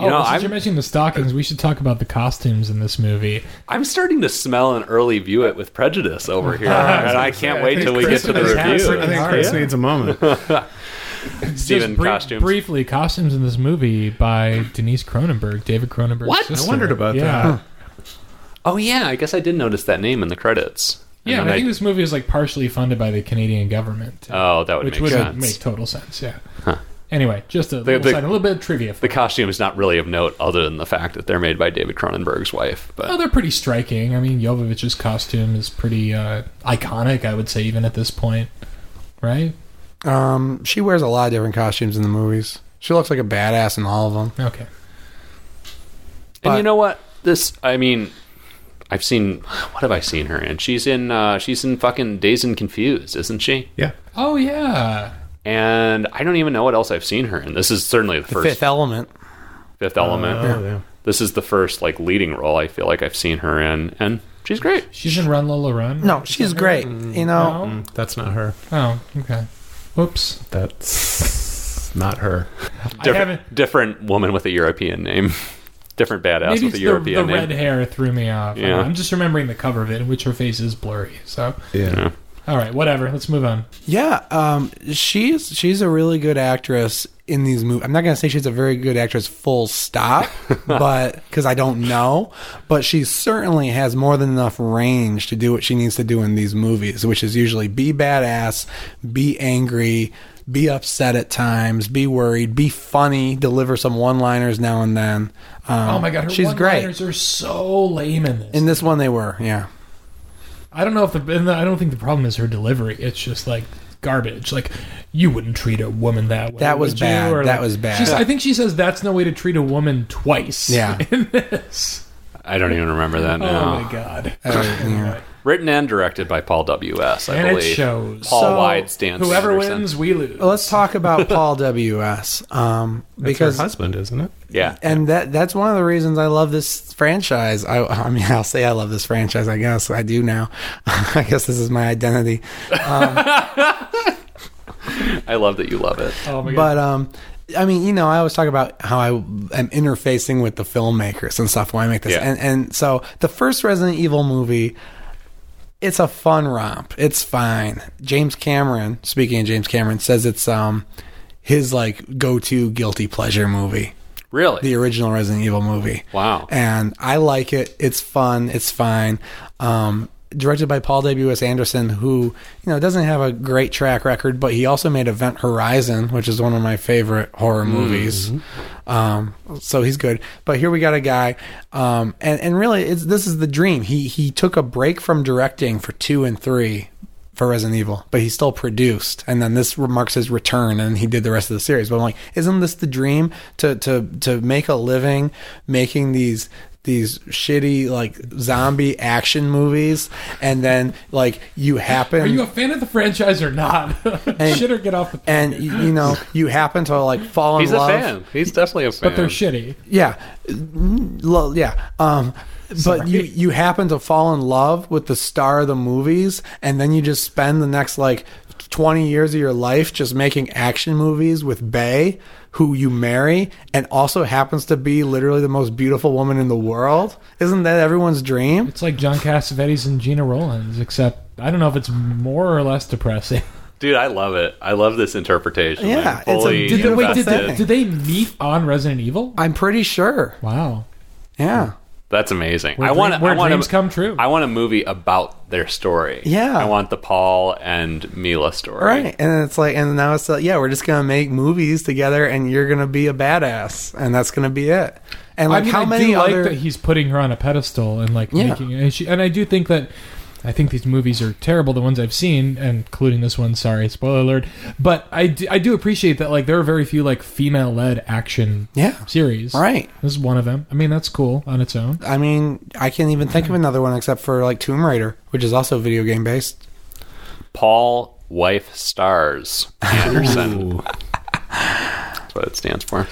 [SPEAKER 4] Oh,
[SPEAKER 1] You know,
[SPEAKER 4] since
[SPEAKER 1] I'm-
[SPEAKER 4] you're mentioning the stockings, we should talk about the costumes in this movie.
[SPEAKER 1] I'm starting to smell an early view it with prejudice over here, and I can't wait till we get to the
[SPEAKER 4] Christmas has
[SPEAKER 1] review.
[SPEAKER 4] pretty
[SPEAKER 3] I think Chris needs a moment.
[SPEAKER 1] Steven
[SPEAKER 4] Just bri-
[SPEAKER 1] costumes.
[SPEAKER 4] Briefly, costumes in this movie by Denise Cronenberg, David Cronenberg.
[SPEAKER 1] What?
[SPEAKER 4] Sister.
[SPEAKER 1] I
[SPEAKER 3] wondered about
[SPEAKER 4] yeah.
[SPEAKER 3] that.
[SPEAKER 1] Oh yeah, I guess I did notice that name in the credits. And
[SPEAKER 4] Yeah,
[SPEAKER 1] then
[SPEAKER 4] and I think this movie is like partially funded by the Canadian government, uh,
[SPEAKER 1] oh, that would
[SPEAKER 4] which
[SPEAKER 1] make
[SPEAKER 4] would
[SPEAKER 1] sense.
[SPEAKER 4] make total sense. Yeah. Anyway, just a little,
[SPEAKER 1] the-
[SPEAKER 4] side, a little bit of trivia. For
[SPEAKER 1] the costume is not really of note, other than the fact that they're made by David Cronenberg's wife. But
[SPEAKER 4] Oh, they're pretty striking. I mean, Jovovich's costume is pretty uh, iconic, I would say, even at this point, right?
[SPEAKER 2] um, she wears a lot of different costumes in the movies. She looks like a badass in all of them.
[SPEAKER 4] Okay.
[SPEAKER 1] and
[SPEAKER 2] but-
[SPEAKER 1] you know what? This, I mean, I've seen. What have I seen her in? She's in. Uh, she's in fucking Days and Confused, isn't she?
[SPEAKER 3] Yeah.
[SPEAKER 4] Oh yeah.
[SPEAKER 1] And I don't even know what else I've seen her in. This is certainly the,
[SPEAKER 2] The
[SPEAKER 1] first
[SPEAKER 2] Fifth Element.
[SPEAKER 1] Fifth Element.
[SPEAKER 3] Oh, yeah.
[SPEAKER 1] This is the first like leading role I feel like I've seen her in, and she's great.
[SPEAKER 4] She's in Run Lola Run.
[SPEAKER 2] No, she's
[SPEAKER 4] Mm.
[SPEAKER 2] great. You know,
[SPEAKER 4] No.
[SPEAKER 3] That's not her.
[SPEAKER 4] Oh, okay. Whoops.
[SPEAKER 3] That's not her.
[SPEAKER 4] I haven't.
[SPEAKER 1] Different, different woman with a European name, different badass
[SPEAKER 4] Maybe
[SPEAKER 1] with
[SPEAKER 4] it's
[SPEAKER 1] a
[SPEAKER 4] the,
[SPEAKER 1] European
[SPEAKER 4] the
[SPEAKER 1] name.
[SPEAKER 4] red hair threw me off. I don't
[SPEAKER 1] Yeah.
[SPEAKER 4] know. I'm just remembering the cover of it, in which her face is blurry. So,
[SPEAKER 1] Yeah.
[SPEAKER 4] all right, whatever. Let's move on.
[SPEAKER 2] Yeah, um, she's she's a really good actress in these movies. I'm not gonna say she's a very good actress, full stop, but because I don't know, but she certainly has more than enough range to do what she needs to do in these movies, which is usually be badass, be angry, be upset at times, be worried, be funny, deliver some one-liners now and then. Um,
[SPEAKER 4] Oh my god, her
[SPEAKER 2] she's great.
[SPEAKER 4] one-liners are so lame in this.
[SPEAKER 2] In this one, they were yeah.
[SPEAKER 4] I don't know if the and I don't think the problem is her delivery. It's just like garbage. Like you wouldn't treat a woman that way.
[SPEAKER 2] That was
[SPEAKER 4] would you?
[SPEAKER 2] bad.
[SPEAKER 4] Or,
[SPEAKER 2] That
[SPEAKER 4] like,
[SPEAKER 2] was bad.
[SPEAKER 4] she's- I think she says that's no way to treat a woman twice.
[SPEAKER 2] Yeah.
[SPEAKER 4] In this.
[SPEAKER 1] I don't even remember that now.
[SPEAKER 4] Oh my god.
[SPEAKER 2] Uh, yeah.
[SPEAKER 1] Written and directed by Paul W.S., I
[SPEAKER 4] and
[SPEAKER 1] believe.
[SPEAKER 4] it shows.
[SPEAKER 1] Paul
[SPEAKER 2] So,
[SPEAKER 1] Weidstance.
[SPEAKER 4] Whoever
[SPEAKER 1] Anderson.
[SPEAKER 4] wins, we lose.
[SPEAKER 2] Well, let's talk about Paul W.S. Um,
[SPEAKER 3] Because
[SPEAKER 2] because
[SPEAKER 3] her husband, isn't it?
[SPEAKER 1] Yeah.
[SPEAKER 2] and that that's one of the reasons I love this franchise. I, I mean, I'll say I love this franchise. I guess I do now. I guess this is my identity.
[SPEAKER 1] I love that you love it.
[SPEAKER 4] oh my god.
[SPEAKER 2] But um, I mean, you know, I always talk about how I am interfacing with the filmmakers and stuff when I make this,
[SPEAKER 1] Yeah.
[SPEAKER 2] and and so the first Resident Evil movie. It's a fun romp. It's fine. James Cameron, speaking of James Cameron, says it's um his like go-to guilty pleasure movie.
[SPEAKER 1] Really?
[SPEAKER 2] the original Resident Evil movie.
[SPEAKER 1] Wow.
[SPEAKER 2] And I like it. It's fun. It's fine. Um, directed by Paul W.S. Anderson, who, you know, doesn't have a great track record, but he also made Event Horizon, which is one of my favorite horror
[SPEAKER 1] Mm-hmm.
[SPEAKER 2] movies. Um, so he's good. But here we got a guy. Um, and, and really, it's, this is the dream. He, he took a break from directing for two and three for Resident Evil, but he still produced. And then this marks his return, and he did the rest of the series. But I'm like, isn't this the dream to to to make a living making these these shitty like zombie action movies, and then like you happen
[SPEAKER 4] are you a fan of the franchise or not? Shit or get off the.
[SPEAKER 2] and y- you know you happen to like fall in
[SPEAKER 1] He's a
[SPEAKER 2] love.
[SPEAKER 1] fan. He's definitely a fan.
[SPEAKER 4] But they're shitty.
[SPEAKER 2] Yeah, Lo- yeah. Um, but you you happen to fall in love with the star of the movies, and then you just spend the next like twenty years of your life just making action movies with Bay, who you marry, and also happens to be literally the most beautiful woman in the world. Isn't that everyone's dream?
[SPEAKER 4] It's like John Cassavetes and Gina Rollins, except I don't know if it's more or less depressing.
[SPEAKER 1] Dude, I love it. I love this interpretation.
[SPEAKER 2] Yeah,
[SPEAKER 1] I'm
[SPEAKER 2] it's a-
[SPEAKER 1] fully
[SPEAKER 4] Did they, wait, did
[SPEAKER 1] invested.
[SPEAKER 4] they, did they meet on Resident Evil?
[SPEAKER 2] I'm pretty sure.
[SPEAKER 4] Wow.
[SPEAKER 2] Yeah.
[SPEAKER 4] Hmm.
[SPEAKER 1] That's amazing.
[SPEAKER 4] Where
[SPEAKER 1] I
[SPEAKER 4] dream-
[SPEAKER 1] want.
[SPEAKER 4] where
[SPEAKER 1] I want
[SPEAKER 4] dreams
[SPEAKER 1] a,
[SPEAKER 4] come true.
[SPEAKER 1] I want a movie about their story.
[SPEAKER 2] Yeah.
[SPEAKER 1] I want the Paul and Mila story.
[SPEAKER 2] Right. And it's like, and now it's like, yeah, we're just going to make movies together and you're going to be a badass and that's going to be it. And like,
[SPEAKER 4] I mean,
[SPEAKER 2] how
[SPEAKER 4] I
[SPEAKER 2] many
[SPEAKER 4] do
[SPEAKER 2] other.
[SPEAKER 4] like that he's putting her on a pedestal and like
[SPEAKER 2] Yeah.
[SPEAKER 4] making and, she, and I do think that I think these movies are terrible, the ones I've seen, and including this one. Sorry, spoiler alert. But I do, I do appreciate that like there are very few like female led action
[SPEAKER 2] Yeah.
[SPEAKER 4] series.
[SPEAKER 2] Right.
[SPEAKER 4] This is one of them. I mean, that's cool on its own.
[SPEAKER 2] I mean, I can't even think of
[SPEAKER 1] Mm-hmm.
[SPEAKER 2] another one except for like Tomb Raider, which is also video game based.
[SPEAKER 1] Paul Wife Stars Anderson. That's what it stands for.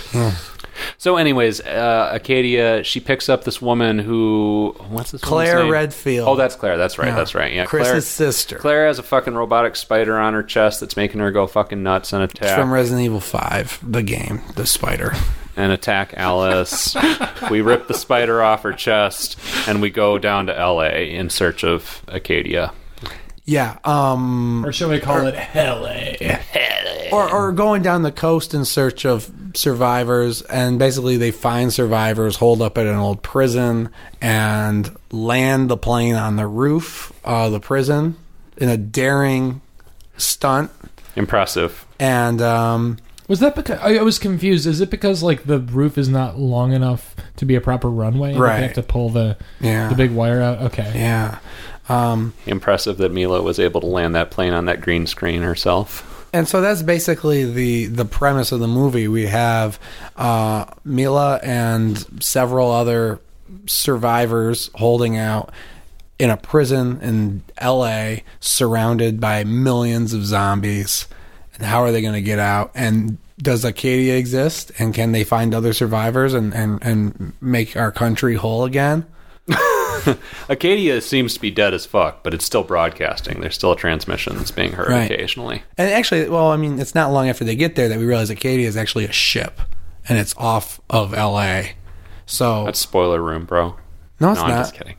[SPEAKER 1] So, anyways, uh, Acadia she picks up this woman who what's this woman's
[SPEAKER 2] Claire
[SPEAKER 1] name?
[SPEAKER 2] Redfield.
[SPEAKER 1] Oh, that's Claire. That's right. That's right. Yeah,
[SPEAKER 2] Chris's
[SPEAKER 1] Claire.
[SPEAKER 2] sister
[SPEAKER 1] Claire has a fucking robotic spider on her chest that's making her go fucking nuts and
[SPEAKER 2] It's
[SPEAKER 1] attack
[SPEAKER 2] from Resident Evil Five, the game, the spider.
[SPEAKER 1] and attack Alice. we rip the spider off her chest and we go down to L.A. in search of Acadia.
[SPEAKER 2] Yeah. Um.
[SPEAKER 4] Or shall we call it LA?
[SPEAKER 2] or, or going down the coast in search of survivors and basically they find survivors hold up at an old prison and land the plane on the roof of the prison in a daring stunt
[SPEAKER 1] Impressive.
[SPEAKER 2] and um,
[SPEAKER 4] Was that because I, I was confused? Is it because like the roof is not long enough to be a proper runway? and
[SPEAKER 2] Right.
[SPEAKER 4] They have to pull the
[SPEAKER 2] yeah
[SPEAKER 4] the big wire out. Okay.
[SPEAKER 2] yeah um,
[SPEAKER 1] Impressive that Mila was able to land that plane on that green screen herself.
[SPEAKER 2] And so that's basically the the premise of the movie. We have uh, Mila and several other survivors holding out in a prison in L.A. surrounded by millions of zombies. And how are they going to get out? And does Acadia exist? And can they find other survivors and and, and make our country whole again?
[SPEAKER 1] Acadia seems to be dead as fuck, but it's still broadcasting. There's still transmissions being heard
[SPEAKER 2] Right.
[SPEAKER 1] occasionally.
[SPEAKER 2] And actually, well, I mean, it's not long after they get there that we realize Acadia is actually a ship, and it's off of L.A. So
[SPEAKER 1] That's spoiler room, bro.
[SPEAKER 2] no, it's
[SPEAKER 1] no, I'm
[SPEAKER 2] not.
[SPEAKER 1] just kidding.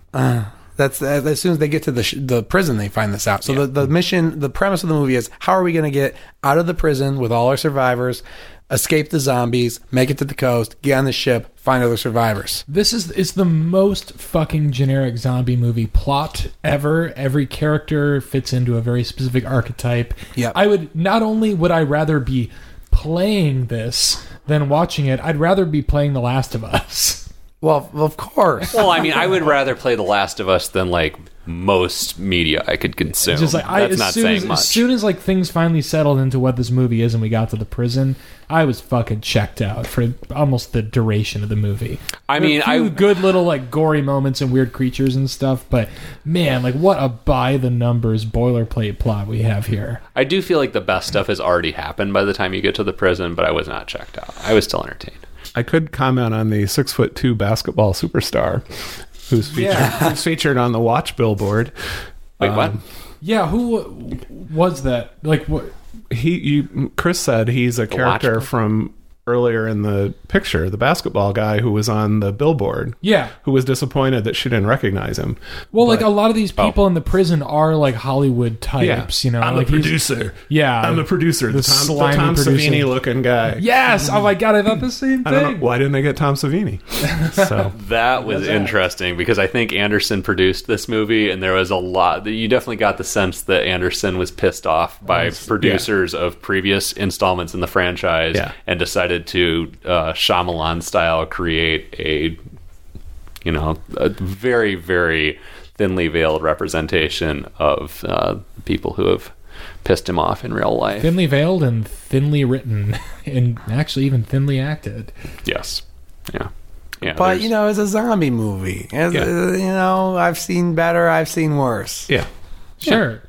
[SPEAKER 2] That's as, as soon as they get to the sh- the prison, they find this out. So the, the mission, the premise of the movie is: how are we going to get out of the prison with all our survivors, escape the zombies, make it to the coast, get on the ship, find other survivors?
[SPEAKER 4] This is is the most fucking generic zombie movie plot ever. Every character fits into a very specific archetype.
[SPEAKER 2] Yep.
[SPEAKER 4] I would not only would I rather be playing this than watching it, I'd rather be playing The Last of Us.
[SPEAKER 2] Well, of course.
[SPEAKER 1] Well, I mean, I would rather play The Last of Us than like most media I could consume.
[SPEAKER 4] Just like I,
[SPEAKER 1] That's
[SPEAKER 4] as
[SPEAKER 1] not
[SPEAKER 4] soon
[SPEAKER 1] saying
[SPEAKER 4] as,
[SPEAKER 1] much.
[SPEAKER 4] as soon as like things finally settled into what this movie is, and we got to the prison, I was fucking checked out for almost the duration of the movie.
[SPEAKER 1] I
[SPEAKER 4] There were
[SPEAKER 1] mean,
[SPEAKER 4] a few
[SPEAKER 1] I-
[SPEAKER 4] good little like gory moments and weird creatures and stuff, but man, like what a by the numbers boilerplate plot we have here.
[SPEAKER 1] I do feel like the best stuff has already happened by the time you get to the prison, but I was not checked out. I was still entertained.
[SPEAKER 3] I could comment on the six foot two basketball superstar who's featured, who's featured on the watch billboard.
[SPEAKER 1] Wait, what?
[SPEAKER 3] Um,
[SPEAKER 4] Yeah, who w- was that? Like what?
[SPEAKER 3] He, you, Chris said he's a character
[SPEAKER 1] Watch-
[SPEAKER 3] from earlier in the picture, the basketball guy who was on the billboard,
[SPEAKER 4] Yeah.
[SPEAKER 3] who was disappointed that she didn't recognize him.
[SPEAKER 4] Well, like a lot of
[SPEAKER 1] Oh.
[SPEAKER 4] these people in the prison are like Hollywood types, you know. like he's- Yeah,
[SPEAKER 3] I'm the producer. The,
[SPEAKER 4] The
[SPEAKER 3] Tom, the
[SPEAKER 4] slimy
[SPEAKER 3] Tom
[SPEAKER 4] producer.
[SPEAKER 3] Savini looking guy.
[SPEAKER 4] Yes. Oh my god, I thought the same
[SPEAKER 3] I don't know
[SPEAKER 4] thing.
[SPEAKER 3] why didn't they get Tom Savini. So
[SPEAKER 1] That was interesting because I think Anderson produced this movie, and there was a lot. You definitely got the sense that Anderson was pissed off by producers of previous installments in the franchise,
[SPEAKER 3] Yeah.
[SPEAKER 1] and decided to uh, Shyamalan style create a, you know, a very very thinly veiled representation of uh, people who have pissed him off in real life.
[SPEAKER 4] Thinly veiled and thinly written, and actually even thinly acted.
[SPEAKER 1] Yes, yeah, yeah.
[SPEAKER 2] But
[SPEAKER 1] there's-
[SPEAKER 2] you know, it's a zombie movie. It's,
[SPEAKER 3] Yeah.
[SPEAKER 2] uh, you know, I've seen better. I've seen worse.
[SPEAKER 3] yeah,
[SPEAKER 4] Sure.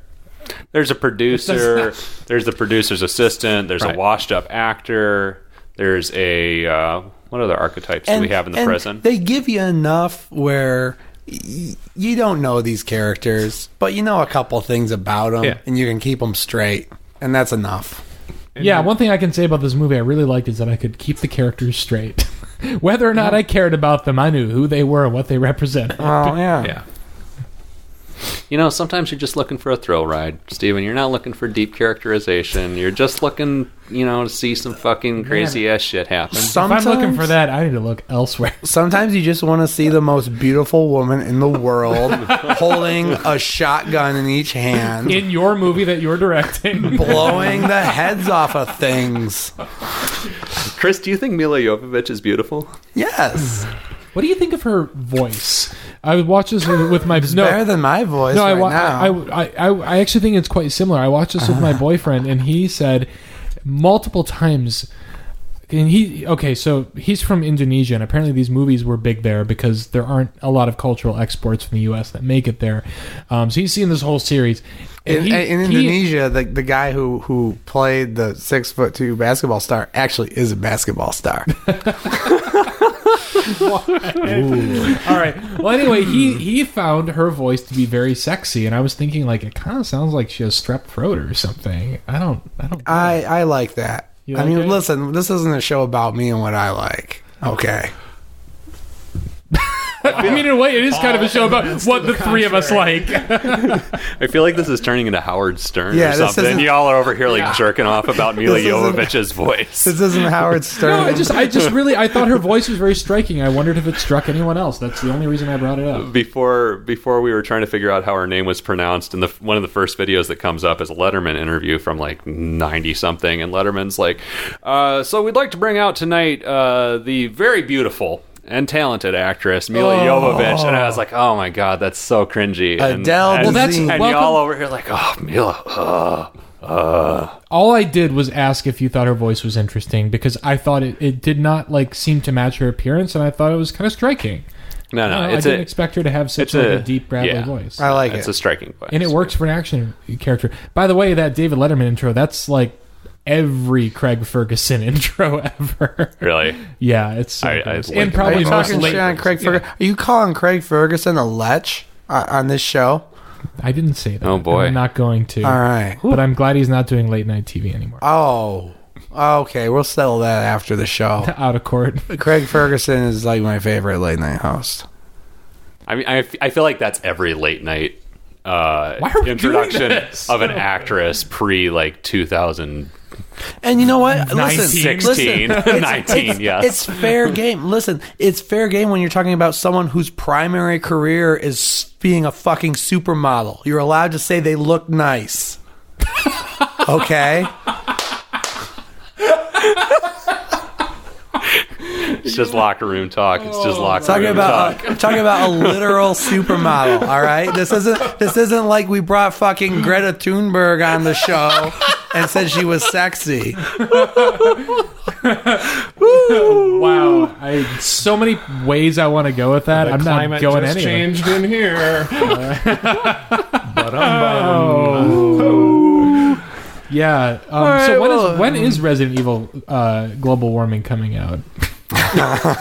[SPEAKER 1] There's a producer. there's the producer's assistant. There's
[SPEAKER 3] Right.
[SPEAKER 1] a washed-up actor. There's a uh, what other archetypes do we have in the
[SPEAKER 2] and
[SPEAKER 1] prison?
[SPEAKER 2] They give you enough where y- you don't know these characters, but you know a couple things about them,
[SPEAKER 3] Yeah.
[SPEAKER 2] and you can keep them straight, and that's enough.
[SPEAKER 4] Yeah, one thing I can say about this movie I really liked is that I could keep the characters straight. Whether or not I cared about them, I knew who they were and what they represented.
[SPEAKER 2] Oh yeah,
[SPEAKER 3] yeah.
[SPEAKER 1] you know, sometimes you're just looking for a thrill ride, Steven. You're not looking for deep characterization. You're just looking, you know, to see some fucking crazy ass shit happen.
[SPEAKER 2] Sometimes,
[SPEAKER 4] If I'm looking for that, I need to look elsewhere.
[SPEAKER 2] Sometimes you just want to see the most beautiful woman in the world holding a shotgun in each hand,
[SPEAKER 4] In your movie that you're directing.
[SPEAKER 2] blowing the heads off of things.
[SPEAKER 1] Chris, do you think Mila Jovovich is beautiful?
[SPEAKER 2] Yes.
[SPEAKER 4] what do you think of her voice? I would watch this with with my
[SPEAKER 2] It's
[SPEAKER 4] no.
[SPEAKER 2] better than my voice
[SPEAKER 4] no, I,
[SPEAKER 2] right
[SPEAKER 4] wa-
[SPEAKER 2] now.
[SPEAKER 4] I, I, Ah. I, I actually think it's quite similar. I watched this with my boyfriend, and he said multiple times. And he okay, so he's from Indonesia, and apparently these movies were big there because there aren't a lot of cultural exports from the U.S. that make it there. Um, so he's seen this whole series.
[SPEAKER 2] in,
[SPEAKER 4] And he-
[SPEAKER 2] in
[SPEAKER 4] he-
[SPEAKER 2] Indonesia, the, the guy who, who played the six foot two basketball star actually is a basketball star.
[SPEAKER 4] All right. Well, anyway, he he found her voice to be very sexy, and I was thinking like it kind of sounds like she has strep throat or something. I don't. I don't.
[SPEAKER 2] I, I like that.
[SPEAKER 4] You
[SPEAKER 2] I
[SPEAKER 4] like
[SPEAKER 2] mean,
[SPEAKER 4] it?
[SPEAKER 2] listen, this isn't a show about me and what I like. Okay.
[SPEAKER 4] I mean, in a way, it is kind of a show about what the three of us like.
[SPEAKER 1] I feel like this is turning into Howard Stern
[SPEAKER 2] Yeah,
[SPEAKER 1] or
[SPEAKER 2] this
[SPEAKER 1] something.
[SPEAKER 2] isn't-
[SPEAKER 1] Y'all are over here like jerking off about Mila
[SPEAKER 2] This isn't-
[SPEAKER 1] Jovovich's voice.
[SPEAKER 2] This isn't Howard Stern.
[SPEAKER 4] No, I just, I just really, I thought her voice was very striking. I wondered if it struck anyone else. That's the only reason I brought it up.
[SPEAKER 1] before before we were trying to figure out how her name was pronounced and the one of the first videos that comes up is a letterman interview from like 90 something and letterman's like uh, so we'd like to bring out tonight uh, the very beautiful and talented actress Mila Jovovich, and I was like, "Oh my god, that's so cringy." And-
[SPEAKER 2] Adele
[SPEAKER 1] and,
[SPEAKER 2] Well,
[SPEAKER 4] that's-
[SPEAKER 1] and
[SPEAKER 4] welcome-
[SPEAKER 1] y'all over here like, "Oh, Mila." Uh.
[SPEAKER 4] All I did was ask if you thought her voice was interesting because I thought it, it did not like seem to match her appearance, and I thought it was kind of striking.
[SPEAKER 1] No,
[SPEAKER 4] I,
[SPEAKER 1] no,
[SPEAKER 4] don't know, I
[SPEAKER 1] it's
[SPEAKER 4] didn't
[SPEAKER 1] a
[SPEAKER 4] expect her to have such
[SPEAKER 1] it's
[SPEAKER 4] like, a,
[SPEAKER 1] a-
[SPEAKER 4] deep Bradley
[SPEAKER 1] yeah.
[SPEAKER 4] voice,
[SPEAKER 2] I like
[SPEAKER 1] it's
[SPEAKER 2] it.
[SPEAKER 1] a striking voice,
[SPEAKER 4] and it works for an action character. By the way, that David Letterman intro, that's like every Craig Ferguson intro ever.
[SPEAKER 1] Really,
[SPEAKER 4] yeah, it's so
[SPEAKER 1] I-
[SPEAKER 4] good.
[SPEAKER 1] I like
[SPEAKER 4] and
[SPEAKER 1] it. Are
[SPEAKER 2] Are
[SPEAKER 4] probably
[SPEAKER 2] you
[SPEAKER 4] most
[SPEAKER 2] talking
[SPEAKER 4] late-
[SPEAKER 2] shit on Craig Ferguson? Are you calling Craig Ferguson a lech uh, on this show?
[SPEAKER 4] I didn't say that.
[SPEAKER 1] Oh, boy.
[SPEAKER 4] I'm not going to.
[SPEAKER 2] All right.
[SPEAKER 4] But I'm glad he's not doing late night TV anymore.
[SPEAKER 2] Oh, okay. We'll settle that after the show.
[SPEAKER 4] Out of court.
[SPEAKER 2] Craig Ferguson is like my favorite late night host.
[SPEAKER 1] I mean, I, f- I feel like that's every late night uh,
[SPEAKER 4] Why are we doing
[SPEAKER 1] introduction
[SPEAKER 4] this?
[SPEAKER 1] of an actress pre like 2000
[SPEAKER 2] And you know what? Listen,
[SPEAKER 1] 16,
[SPEAKER 2] listen, it's-
[SPEAKER 1] 19,
[SPEAKER 2] it's,
[SPEAKER 1] yeah.
[SPEAKER 2] It's fair game. Listen, it's fair game when you're talking about someone whose primary career is being a fucking supermodel. You're allowed to say they look nice. Okay?
[SPEAKER 1] It's just locker room talk. It's just locker
[SPEAKER 2] Talking
[SPEAKER 1] room
[SPEAKER 2] about
[SPEAKER 1] talk.
[SPEAKER 2] a, talking about a literal supermodel, all right? This isn't this isn't like we brought fucking Greta Thunberg on the show and said she was sexy.
[SPEAKER 4] Wow. I, so many ways I want to go with that.
[SPEAKER 3] The
[SPEAKER 4] I'm not
[SPEAKER 3] climate
[SPEAKER 4] going
[SPEAKER 3] just
[SPEAKER 4] anywhere.
[SPEAKER 3] changed in here. but
[SPEAKER 4] Oh. Yeah. Um,
[SPEAKER 2] right,
[SPEAKER 4] so when is
[SPEAKER 2] well,
[SPEAKER 4] when is Resident Evil uh, Global Warming coming out?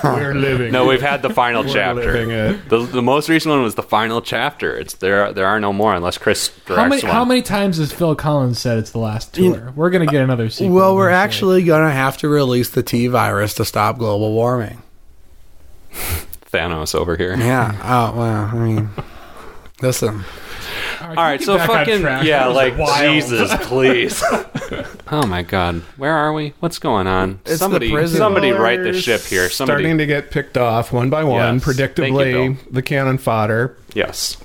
[SPEAKER 3] we're living.
[SPEAKER 1] No, we've had the final
[SPEAKER 3] living
[SPEAKER 1] chapter.
[SPEAKER 3] it.
[SPEAKER 1] The, the most recent one was the final chapter. It's there. There are no more unless Chris directs
[SPEAKER 4] How many
[SPEAKER 1] one.
[SPEAKER 4] how many times has Phil Collins said it's the last tour? We're gonna get another sequel.
[SPEAKER 2] Well, we're
[SPEAKER 4] eventually.
[SPEAKER 2] actually going to have to release the T virus to stop global warming.
[SPEAKER 1] Thanos over here.
[SPEAKER 2] Yeah. Oh well. I mean, listen.
[SPEAKER 1] All right,
[SPEAKER 4] get
[SPEAKER 1] so
[SPEAKER 4] back on
[SPEAKER 1] fucking
[SPEAKER 4] track.
[SPEAKER 1] yeah,
[SPEAKER 4] That was
[SPEAKER 1] like
[SPEAKER 4] wild.
[SPEAKER 1] Jesus, please. oh my God, where are we? What's going on?
[SPEAKER 2] the
[SPEAKER 1] somebody,
[SPEAKER 2] prison.
[SPEAKER 1] somebody, right the ship here. Somebody,
[SPEAKER 3] Starting to get picked off one by one,
[SPEAKER 1] Yes.
[SPEAKER 3] predictably,
[SPEAKER 1] Thank you,
[SPEAKER 3] the cannon fodder.
[SPEAKER 1] yes.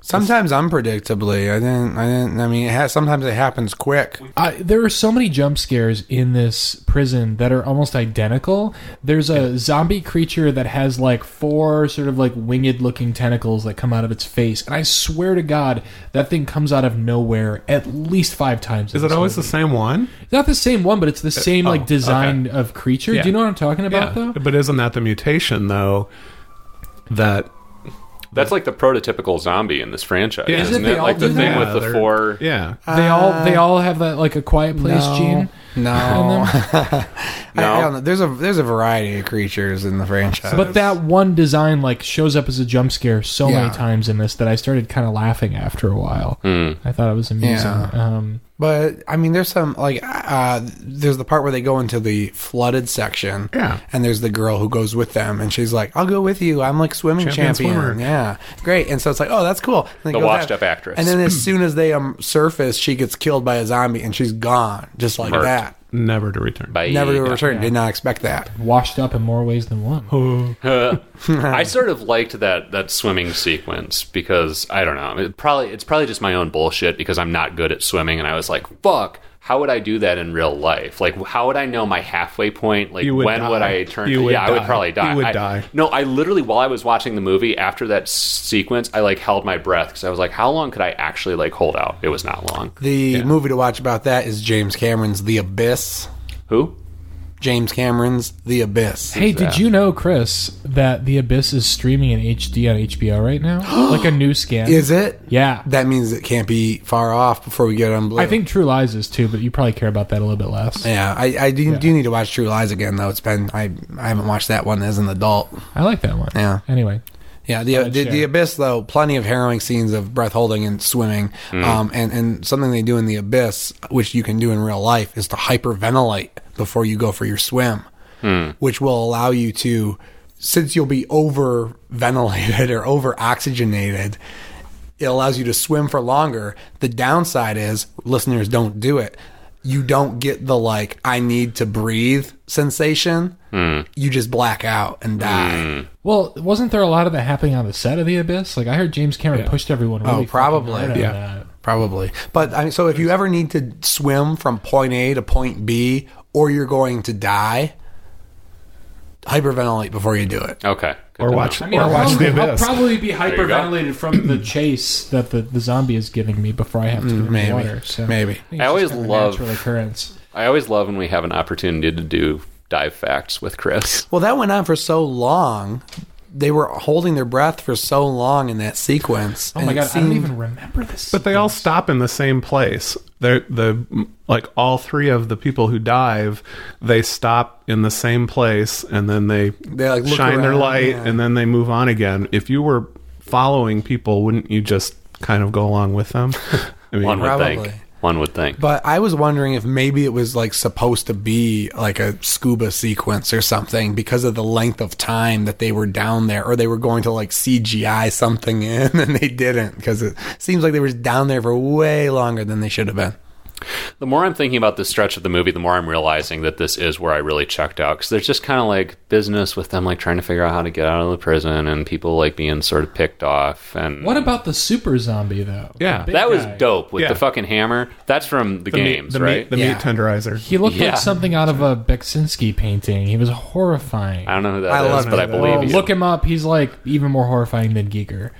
[SPEAKER 2] Sometimes unpredictably. I didn't. I didn't. I mean, it has, sometimes it happens quick.
[SPEAKER 4] I, there are so many jump scares in this prison that are almost identical. There's a zombie creature that has like four sort of like winged looking tentacles that come out of its face, and I swear to God, that thing comes out of nowhere at least five times. in
[SPEAKER 3] Is it
[SPEAKER 4] this
[SPEAKER 3] always the
[SPEAKER 4] movie.
[SPEAKER 3] same one?
[SPEAKER 4] not the same one, but it's the same
[SPEAKER 3] oh,
[SPEAKER 4] like design of creature?
[SPEAKER 3] Yeah.
[SPEAKER 4] Do you know what I'm talking about though?
[SPEAKER 3] But isn't that the mutation, though? That
[SPEAKER 1] That's like the prototypical zombie in this franchise,
[SPEAKER 3] Yeah.
[SPEAKER 1] isn't,
[SPEAKER 4] Isn't
[SPEAKER 1] it?
[SPEAKER 4] they all
[SPEAKER 1] Like the
[SPEAKER 4] do
[SPEAKER 1] thing
[SPEAKER 4] that?
[SPEAKER 1] with the
[SPEAKER 3] they're-
[SPEAKER 1] four.
[SPEAKER 3] Yeah.
[SPEAKER 4] They all they all have that like a quiet place gene.
[SPEAKER 2] No. I, I don't know. There's a there's a variety of creatures in the franchise.
[SPEAKER 4] But that one design like shows up as a jump scare so
[SPEAKER 2] Yeah.
[SPEAKER 4] many times in this that I started kind of laughing after a while. I thought it was amusing.
[SPEAKER 2] Yeah.
[SPEAKER 4] Um,
[SPEAKER 2] But I mean, there's some like uh, there's the part where they go into the flooded section.
[SPEAKER 3] Yeah.
[SPEAKER 2] And there's the girl who goes with them, and she's like, "I'll go with you. I'm like swimming
[SPEAKER 3] Champion
[SPEAKER 2] champion.
[SPEAKER 3] swimmer.
[SPEAKER 2] Yeah, great." And so it's like, "Oh, that's cool." And they
[SPEAKER 1] The
[SPEAKER 2] go
[SPEAKER 1] washed
[SPEAKER 2] that-
[SPEAKER 1] up actress.
[SPEAKER 2] And then as soon as they um surface, she gets killed by a zombie, and she's gone, just like
[SPEAKER 1] Murked.
[SPEAKER 2] that.
[SPEAKER 3] Never to return.
[SPEAKER 1] By
[SPEAKER 2] Never to return. Did not expect that.
[SPEAKER 4] washed up in more ways than one.
[SPEAKER 1] I sort of liked that that swimming sequence because I don't know. It probably it's probably just my own bullshit because I'm not good at swimming, and I was like, "Fuck, how would I do that in real life? Like, how would I know my halfway point? Like,
[SPEAKER 3] You would
[SPEAKER 1] when would
[SPEAKER 3] die.
[SPEAKER 1] I turn?
[SPEAKER 3] You would
[SPEAKER 1] yeah, I would
[SPEAKER 3] die.
[SPEAKER 1] probably die.
[SPEAKER 3] You would
[SPEAKER 1] I-
[SPEAKER 3] die.
[SPEAKER 1] No, I literally while I was watching the movie after that s- sequence, I like held my breath because I was like, how long could I actually like hold out? It was not long.
[SPEAKER 2] The movie to watch about that is James Cameron's The Abyss.
[SPEAKER 1] Who?
[SPEAKER 2] James Cameron's The Abyss.
[SPEAKER 4] Hey, did you know, Chris, that The Abyss is streaming in HD on HBO right now? like a new scan.
[SPEAKER 2] Is it?
[SPEAKER 4] Yeah.
[SPEAKER 2] That means it can't be far off before we get on Blue.
[SPEAKER 4] I think True Lies is too, but you probably care about that a little bit less.
[SPEAKER 2] Yeah, I, I do, do need to watch True Lies again though. It's been I I haven't watched that one as an adult.
[SPEAKER 4] I like that one.
[SPEAKER 2] Yeah.
[SPEAKER 4] Anyway,
[SPEAKER 2] Yeah, the the,
[SPEAKER 4] share.
[SPEAKER 2] the abyss though, plenty of harrowing scenes of breath holding and swimming. Um, and and something they do in the abyss, which you can do in real life, is to hyperventilate before you go for your swim, which will allow you to, since you'll be over ventilated or over oxygenated. It allows you to swim for longer. The downside is, listeners don't do it. You don't get the like, I need to breathe sensation. You just black out and die.
[SPEAKER 4] well, wasn't there a lot of that happening on the set of The Abyss? Like I heard James Cameron pushed everyone.
[SPEAKER 2] Oh,
[SPEAKER 4] Really
[SPEAKER 2] probably,
[SPEAKER 4] yeah.
[SPEAKER 2] yeah. Probably. But I mean, so if you ever need to swim from point A to point B, or you're going to die, hyperventilate before you do it.
[SPEAKER 1] Okay. Good
[SPEAKER 3] or
[SPEAKER 1] to
[SPEAKER 3] watch
[SPEAKER 1] know.
[SPEAKER 4] I mean,
[SPEAKER 3] or
[SPEAKER 4] I'll,
[SPEAKER 3] watch
[SPEAKER 4] probably,
[SPEAKER 3] the
[SPEAKER 4] I'll
[SPEAKER 3] abyss.
[SPEAKER 4] probably be
[SPEAKER 1] you go.
[SPEAKER 4] hyperventilated from the chase that the, the zombie is giving me before I have to get in
[SPEAKER 2] maybe.
[SPEAKER 4] the water. So
[SPEAKER 2] Maybe.
[SPEAKER 4] think it's
[SPEAKER 1] I always
[SPEAKER 4] just kind of a
[SPEAKER 1] love-
[SPEAKER 4] natural occurrence.
[SPEAKER 1] I always love when we have an opportunity to do dive facts with Chris.
[SPEAKER 2] Well, that went on for so long. They were holding their breath for so long in that sequence.
[SPEAKER 4] Oh
[SPEAKER 2] and
[SPEAKER 4] my
[SPEAKER 2] it
[SPEAKER 4] god, I
[SPEAKER 2] seemed-
[SPEAKER 4] don't even remember this.
[SPEAKER 3] But they all stop in the same place. They're the like all three of the people who dive, they stop in the same place and then they,
[SPEAKER 2] They, like, look
[SPEAKER 3] shine their
[SPEAKER 2] around,
[SPEAKER 3] light
[SPEAKER 2] yeah.
[SPEAKER 3] and then they move on again. If you were following people, wouldn't you just kind of go along with them? I mean,
[SPEAKER 1] One would
[SPEAKER 2] Probably.
[SPEAKER 1] think. One would think.
[SPEAKER 2] But I was wondering if maybe it was like supposed to be like a scuba sequence or something because of the length of time that they were down there, or they were going to like CGI something in and they didn't because it seems like they were down there for way longer than they should have been.
[SPEAKER 1] the more I'm thinking about this stretch of the movie, the more I'm realizing that this is where I really checked out because there's just kind of like business with them like trying to figure out how to get out of the prison and people like being sort of picked off and
[SPEAKER 4] what about the super zombie though?
[SPEAKER 3] Yeah.
[SPEAKER 4] The big
[SPEAKER 1] that was
[SPEAKER 4] guy.
[SPEAKER 1] dope with
[SPEAKER 3] Yeah.
[SPEAKER 1] the fucking hammer. That's from the,
[SPEAKER 3] the meat-
[SPEAKER 1] games,
[SPEAKER 3] the
[SPEAKER 1] right?
[SPEAKER 3] meat, the
[SPEAKER 2] Yeah.
[SPEAKER 3] meat tenderizer.
[SPEAKER 4] He looked
[SPEAKER 1] Yeah.
[SPEAKER 4] like something out of a Beksinski painting. He was horrifying.
[SPEAKER 1] I don't know who that
[SPEAKER 2] I
[SPEAKER 1] is,
[SPEAKER 2] love
[SPEAKER 1] but
[SPEAKER 2] it.
[SPEAKER 1] I believe
[SPEAKER 4] Well,
[SPEAKER 1] you.
[SPEAKER 4] look him up. He's like even more horrifying than Giger.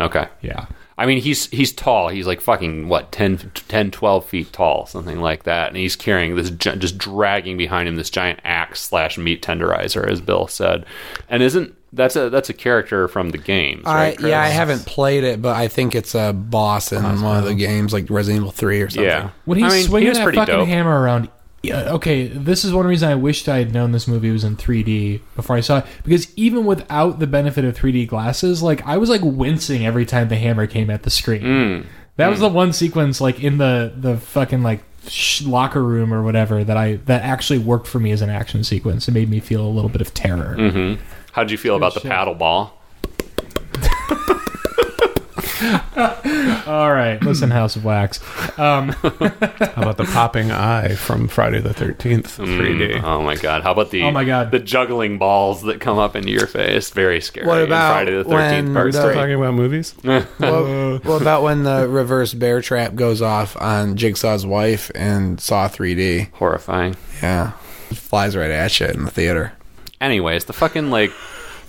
[SPEAKER 1] okay.
[SPEAKER 4] Yeah.
[SPEAKER 1] I mean, he's he's tall. He's like fucking what 10, 10 12 feet tall, something like that. And he's carrying this, gi- just dragging behind him this giant axe slash meat tenderizer, as Bill said. And isn't that's a that's a character from the games, right?
[SPEAKER 2] I, yeah, I
[SPEAKER 1] Chris?
[SPEAKER 2] haven't played it, but I think it's a boss in one of the games, like Resident Evil 3 or something.
[SPEAKER 1] Yeah,
[SPEAKER 4] When he's
[SPEAKER 1] I mean,
[SPEAKER 4] swinging
[SPEAKER 1] was
[SPEAKER 4] that
[SPEAKER 1] pretty
[SPEAKER 4] fucking
[SPEAKER 1] dope.
[SPEAKER 4] hammer around. Yeah, okay, this is one reason I wished I had known this movie was in 3D before I saw it because even without the benefit of 3D glasses, like I was like wincing every time the hammer came at the screen.
[SPEAKER 1] Mm.
[SPEAKER 4] That was the one sequence like in the the fucking like sh- locker room or whatever that I that actually worked for me as an action sequence. It made me feel a little bit of terror.
[SPEAKER 1] Mm-hmm. How'd you feel about the
[SPEAKER 4] shit.
[SPEAKER 1] paddle ball?
[SPEAKER 4] All right, listen, House of Wax. Um,
[SPEAKER 3] How about the popping eye from Friday the Thirteenth, three D?
[SPEAKER 1] Oh my god! How about the
[SPEAKER 4] Oh my God.
[SPEAKER 1] the juggling balls that come up into your face? Very scary.
[SPEAKER 2] What
[SPEAKER 1] in
[SPEAKER 2] about
[SPEAKER 1] Friday the Thirteenth
[SPEAKER 2] when
[SPEAKER 1] Part
[SPEAKER 2] the-
[SPEAKER 1] Three?
[SPEAKER 3] Talking about movies.
[SPEAKER 2] Well, what about when the reverse bear trap goes off on Jigsaw's wife and Saw 3D?
[SPEAKER 1] Horrifying.
[SPEAKER 2] Yeah. Flies right at you in the theater.
[SPEAKER 1] Anyways, the fucking like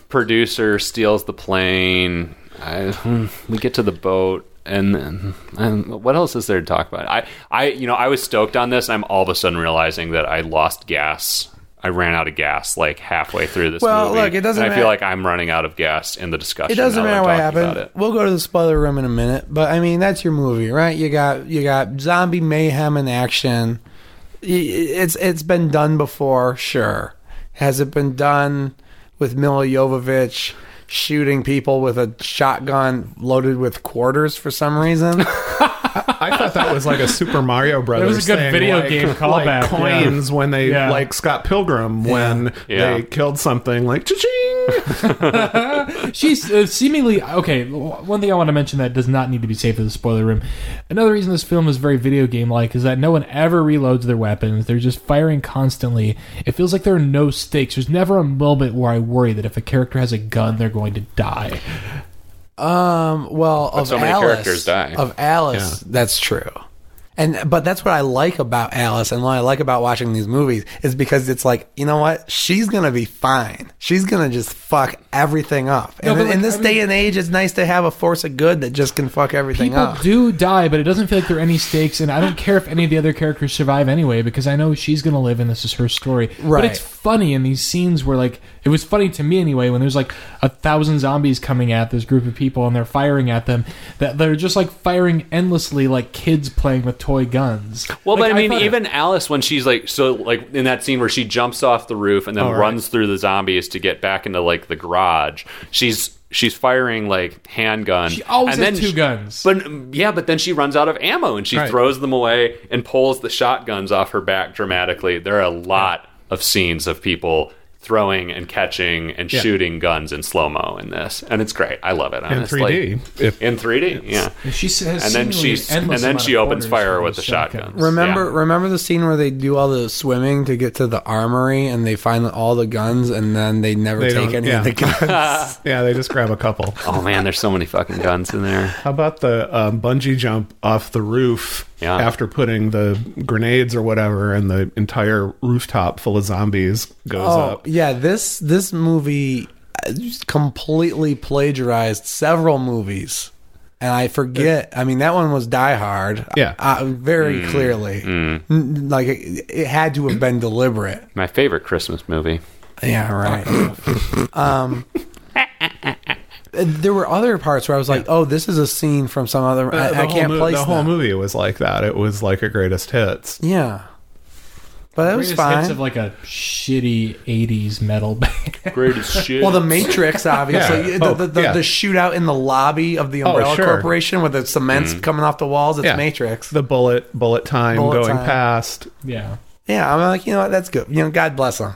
[SPEAKER 1] producer steals the plane. I, hmm, we get to the boat, and then and what else is there to talk about? I, I, you know, I was stoked on this. I'm all of a sudden realizing that I lost gas. I ran out of gas like halfway through this
[SPEAKER 2] Well,
[SPEAKER 1] movie.
[SPEAKER 2] look, it doesn't
[SPEAKER 1] And I feel like
[SPEAKER 2] matter-
[SPEAKER 1] I'm running out of gas in the discussion.
[SPEAKER 2] It doesn't
[SPEAKER 1] now that I'm
[SPEAKER 2] matter what
[SPEAKER 1] talking about
[SPEAKER 2] happened.
[SPEAKER 1] it.
[SPEAKER 2] We'll go to the spoiler room in a minute, but I mean that's your movie, right? You got you got zombie mayhem in action. Y- It's it's been done before, sure. Has it been done with Mila Jovovich shooting people with a shotgun loaded with quarters for some reason?
[SPEAKER 3] I thought that was like a Super Mario Brothers.
[SPEAKER 4] was a good
[SPEAKER 3] thing,
[SPEAKER 4] video
[SPEAKER 3] like-
[SPEAKER 4] game
[SPEAKER 3] Like
[SPEAKER 4] callback,
[SPEAKER 3] coins when they
[SPEAKER 4] Yeah.
[SPEAKER 3] like Scott Pilgrim when
[SPEAKER 1] Yeah.
[SPEAKER 3] they killed something like cha-ching.
[SPEAKER 4] She's uh, seemingly okay. w- One thing I want to mention that does not need to be saved for the spoiler room. Another reason this film is very video game like is that no one ever reloads their weapons. They're just firing constantly. It feels like there are no stakes. There's never a moment where I worry that if a character has a gun, they're going to die.
[SPEAKER 2] Um, well, of
[SPEAKER 1] so many
[SPEAKER 2] Alice,
[SPEAKER 1] characters die.
[SPEAKER 2] Of Alice, that's true. And but that's what I like about Alice and what I like about watching these movies is because it's like, you know what? She's gonna be fine. She's gonna just fuck everything up.
[SPEAKER 4] No,
[SPEAKER 2] and
[SPEAKER 4] but
[SPEAKER 2] in- in
[SPEAKER 4] like,
[SPEAKER 2] this
[SPEAKER 4] I mean-
[SPEAKER 2] day and age, it's nice to have a force of good that just can fuck everything
[SPEAKER 4] People
[SPEAKER 2] up.
[SPEAKER 4] do die, but it doesn't feel like there are any stakes, and I don't care if any of the other characters survive anyway because I know she's going to live and this is her story. But
[SPEAKER 2] Right.
[SPEAKER 4] it's funny in these scenes where, like, it was funny to me anyway when there's like a thousand zombies coming at this group of people and they're firing at them that they're just like firing endlessly like kids playing with toy guns.
[SPEAKER 1] Well,
[SPEAKER 4] Like,
[SPEAKER 1] but I mean,
[SPEAKER 4] thought-
[SPEAKER 1] even Alice, when she's like, so like in that scene where she jumps off the roof and then
[SPEAKER 3] right.
[SPEAKER 1] runs through the zombies to get back into like the garage, she's she's firing like handgun.
[SPEAKER 4] She always
[SPEAKER 1] and
[SPEAKER 4] has
[SPEAKER 1] then
[SPEAKER 4] two
[SPEAKER 1] she-
[SPEAKER 4] guns.
[SPEAKER 1] But um, yeah, but then she runs out of ammo and she
[SPEAKER 3] Right.
[SPEAKER 1] throws them away and pulls the shotguns off her back dramatically. There are a lot of scenes of people throwing and catching and shooting guns in slow mo in this, and it's great. I love it.
[SPEAKER 3] in
[SPEAKER 1] honestly.
[SPEAKER 3] 3D. If
[SPEAKER 1] In 3D, yeah.
[SPEAKER 4] she says,
[SPEAKER 1] And then
[SPEAKER 4] seemingly
[SPEAKER 1] she's
[SPEAKER 4] an
[SPEAKER 1] and
[SPEAKER 4] endless
[SPEAKER 1] then
[SPEAKER 4] amount
[SPEAKER 1] she
[SPEAKER 4] of
[SPEAKER 1] opens
[SPEAKER 4] quarters
[SPEAKER 1] fire
[SPEAKER 4] for
[SPEAKER 1] with the
[SPEAKER 4] these
[SPEAKER 1] shotguns.
[SPEAKER 2] Remember,
[SPEAKER 1] Yeah.
[SPEAKER 2] remember the scene where they do all the swimming to get to the armory and they find all the guns and then they never
[SPEAKER 3] They
[SPEAKER 2] take
[SPEAKER 3] don't-
[SPEAKER 2] any
[SPEAKER 3] yeah.
[SPEAKER 2] of the guns.
[SPEAKER 3] yeah, they just grab a couple.
[SPEAKER 1] Oh man, there's so many fucking guns in there.
[SPEAKER 3] How about the um, bungee jump off the roof
[SPEAKER 1] Yeah.
[SPEAKER 3] after putting the grenades or whatever, and the entire rooftop full of zombies goes
[SPEAKER 2] oh
[SPEAKER 3] up?
[SPEAKER 2] yeah, this this movie uh, just completely plagiarized several movies. And I forget. I mean, that one was Die Hard.
[SPEAKER 3] Yeah.
[SPEAKER 2] uh, very
[SPEAKER 4] Mm.
[SPEAKER 2] clearly. N- Like it, it had to have been deliberate.
[SPEAKER 1] My favorite Christmas movie.
[SPEAKER 2] Yeah, right. um, there were other parts where I was like, "Oh, this is a scene from some other."
[SPEAKER 3] The- the
[SPEAKER 2] I, I
[SPEAKER 3] whole
[SPEAKER 2] can't
[SPEAKER 3] mo-
[SPEAKER 2] place
[SPEAKER 3] The whole
[SPEAKER 2] that.
[SPEAKER 3] movie was like that. It was like a greatest hits.
[SPEAKER 2] Yeah, but that was
[SPEAKER 4] Greatest hits
[SPEAKER 2] fine.
[SPEAKER 4] of like a shitty '80s metal band.
[SPEAKER 1] Greatest shit.
[SPEAKER 2] well, the Matrix, obviously,
[SPEAKER 3] Yeah.
[SPEAKER 2] the,
[SPEAKER 3] Oh,
[SPEAKER 2] the, the,
[SPEAKER 3] yeah. Oh,
[SPEAKER 2] the shootout in the lobby of the Umbrella
[SPEAKER 3] sure. Mm.
[SPEAKER 2] Corporation with the cements coming off the walls. It's
[SPEAKER 3] Yeah.
[SPEAKER 2] Matrix.
[SPEAKER 3] The bullet bullet time
[SPEAKER 2] Bullet
[SPEAKER 3] going
[SPEAKER 2] time.
[SPEAKER 3] past.
[SPEAKER 4] yeah.
[SPEAKER 2] yeah, I'm like, you know what? That's good. You know, God bless them.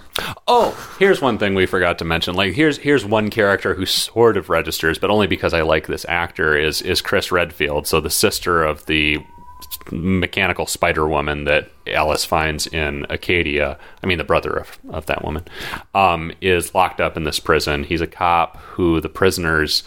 [SPEAKER 1] oh, here's one thing we forgot to mention. Like here's here's one character who sort of registers, but only because I like this actor is is Chris Redfield, so the sister of the mechanical spider woman that Alice finds in Acadia. I mean the brother of, of that woman. Um, is locked up in this prison. He's a cop who the prisoners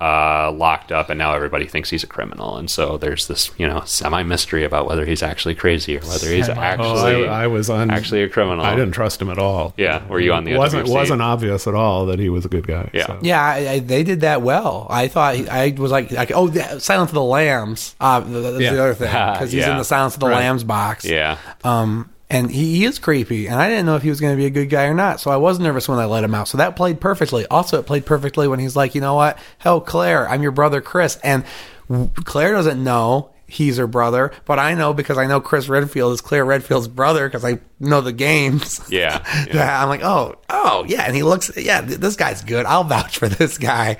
[SPEAKER 1] uh, locked up, and now everybody thinks he's a criminal. And so there's this, you know, semi mystery about whether he's actually crazy or whether he's
[SPEAKER 4] Semi.
[SPEAKER 1] actually
[SPEAKER 3] Oh, I, I was on.
[SPEAKER 1] actually a criminal.
[SPEAKER 3] I didn't trust him at all.
[SPEAKER 1] Yeah, were you on the edge of
[SPEAKER 3] wasn't
[SPEAKER 1] your seat?
[SPEAKER 3] wasn't obvious at all that he was a good guy.
[SPEAKER 1] Yeah.
[SPEAKER 3] so.
[SPEAKER 2] Yeah, I, I, they did that well. I thought I was like, like oh, the- Silence of the Lambs. Uh, th- that's
[SPEAKER 3] Yeah.
[SPEAKER 2] the other thing because he's
[SPEAKER 1] Yeah.
[SPEAKER 2] in the Silence of the
[SPEAKER 3] Right.
[SPEAKER 2] Lambs box.
[SPEAKER 1] Yeah.
[SPEAKER 2] Um, and he, he is creepy, and I didn't know if he was going to be a good guy or not. So I was nervous when I let him out. So that played perfectly. Also, it played perfectly when he's like, you know what? Hell, Claire, I'm your brother, Chris. And w- Claire doesn't know he's her brother, but I know because I know Chris Redfield is Claire Redfield's brother because I know the games.
[SPEAKER 1] Yeah, yeah.
[SPEAKER 2] Yeah, I'm like, oh, oh, yeah. And he looks, yeah, th- this guy's good. I'll vouch for this guy.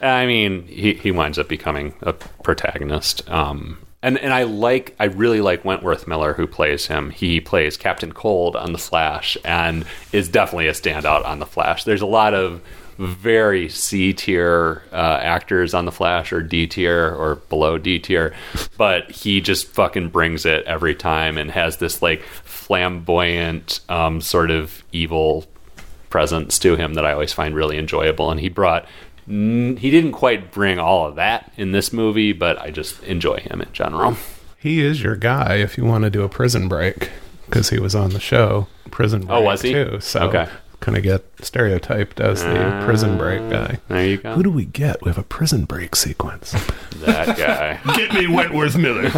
[SPEAKER 1] I mean, he, he winds up becoming a protagonist. Um, and, and I like, I really like Wentworth Miller, who plays him. He plays Captain Cold on The Flash and is definitely a standout on The Flash. There's a lot of very C tier uh, actors on The Flash or D tier or below D tier, but he just fucking brings it every time and has this like flamboyant, um, sort of evil presence to him that I always find really enjoyable. And he brought, n- he didn't quite bring all of that in this movie, but I just enjoy him in general.
[SPEAKER 3] He is your guy if you want to do a prison break because he was on the show Prison Break.
[SPEAKER 1] Oh, was he?
[SPEAKER 3] Too, so
[SPEAKER 1] Okay. Ah.
[SPEAKER 3] kind of get stereotyped as the prison break guy.
[SPEAKER 1] There you
[SPEAKER 3] Who
[SPEAKER 1] go.
[SPEAKER 3] do we get? We have a prison break sequence.
[SPEAKER 1] That guy.
[SPEAKER 3] get me Wentworth Miller.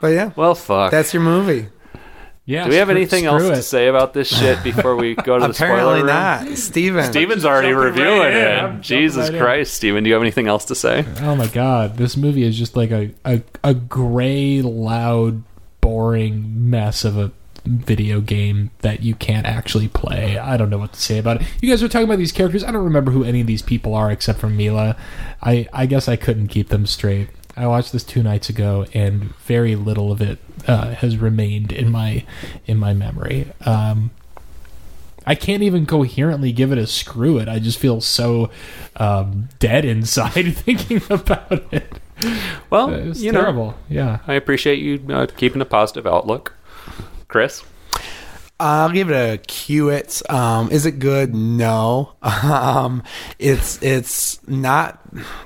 [SPEAKER 2] But yeah,
[SPEAKER 1] Well, fuck.
[SPEAKER 2] that's your movie.
[SPEAKER 4] Yeah.
[SPEAKER 1] do we have
[SPEAKER 4] screw-
[SPEAKER 1] anything
[SPEAKER 4] screw
[SPEAKER 1] else
[SPEAKER 4] it.
[SPEAKER 1] to say about this shit before we go to the spoiler
[SPEAKER 2] Apparently
[SPEAKER 1] room?
[SPEAKER 2] not. Steven.
[SPEAKER 1] Steven's already
[SPEAKER 4] Jumping right
[SPEAKER 1] reviewing
[SPEAKER 4] in.
[SPEAKER 1] it.
[SPEAKER 4] I'm jumping
[SPEAKER 1] Jesus
[SPEAKER 4] right in.
[SPEAKER 1] Christ, Steven, do you have anything else to say?
[SPEAKER 4] Oh my god, this movie is just like a, a, a gray, loud, boring mess of a video game that you can't actually play. I don't know what to say about it. You guys were talking about these characters. I don't remember who any of these people are except for Mila. I, I guess I couldn't keep them straight. I watched this two nights ago, and very little of it uh, has remained in my in my memory. Um, I can't even coherently give it a screw it. I just feel so um, dead inside thinking about it.
[SPEAKER 1] Well,
[SPEAKER 4] It's
[SPEAKER 1] you know,
[SPEAKER 4] terrible. Yeah.
[SPEAKER 1] I appreciate you uh, keeping a positive outlook. Chris?
[SPEAKER 2] I'll give it a Q. It's um, is it good? No. Um, it's it's not.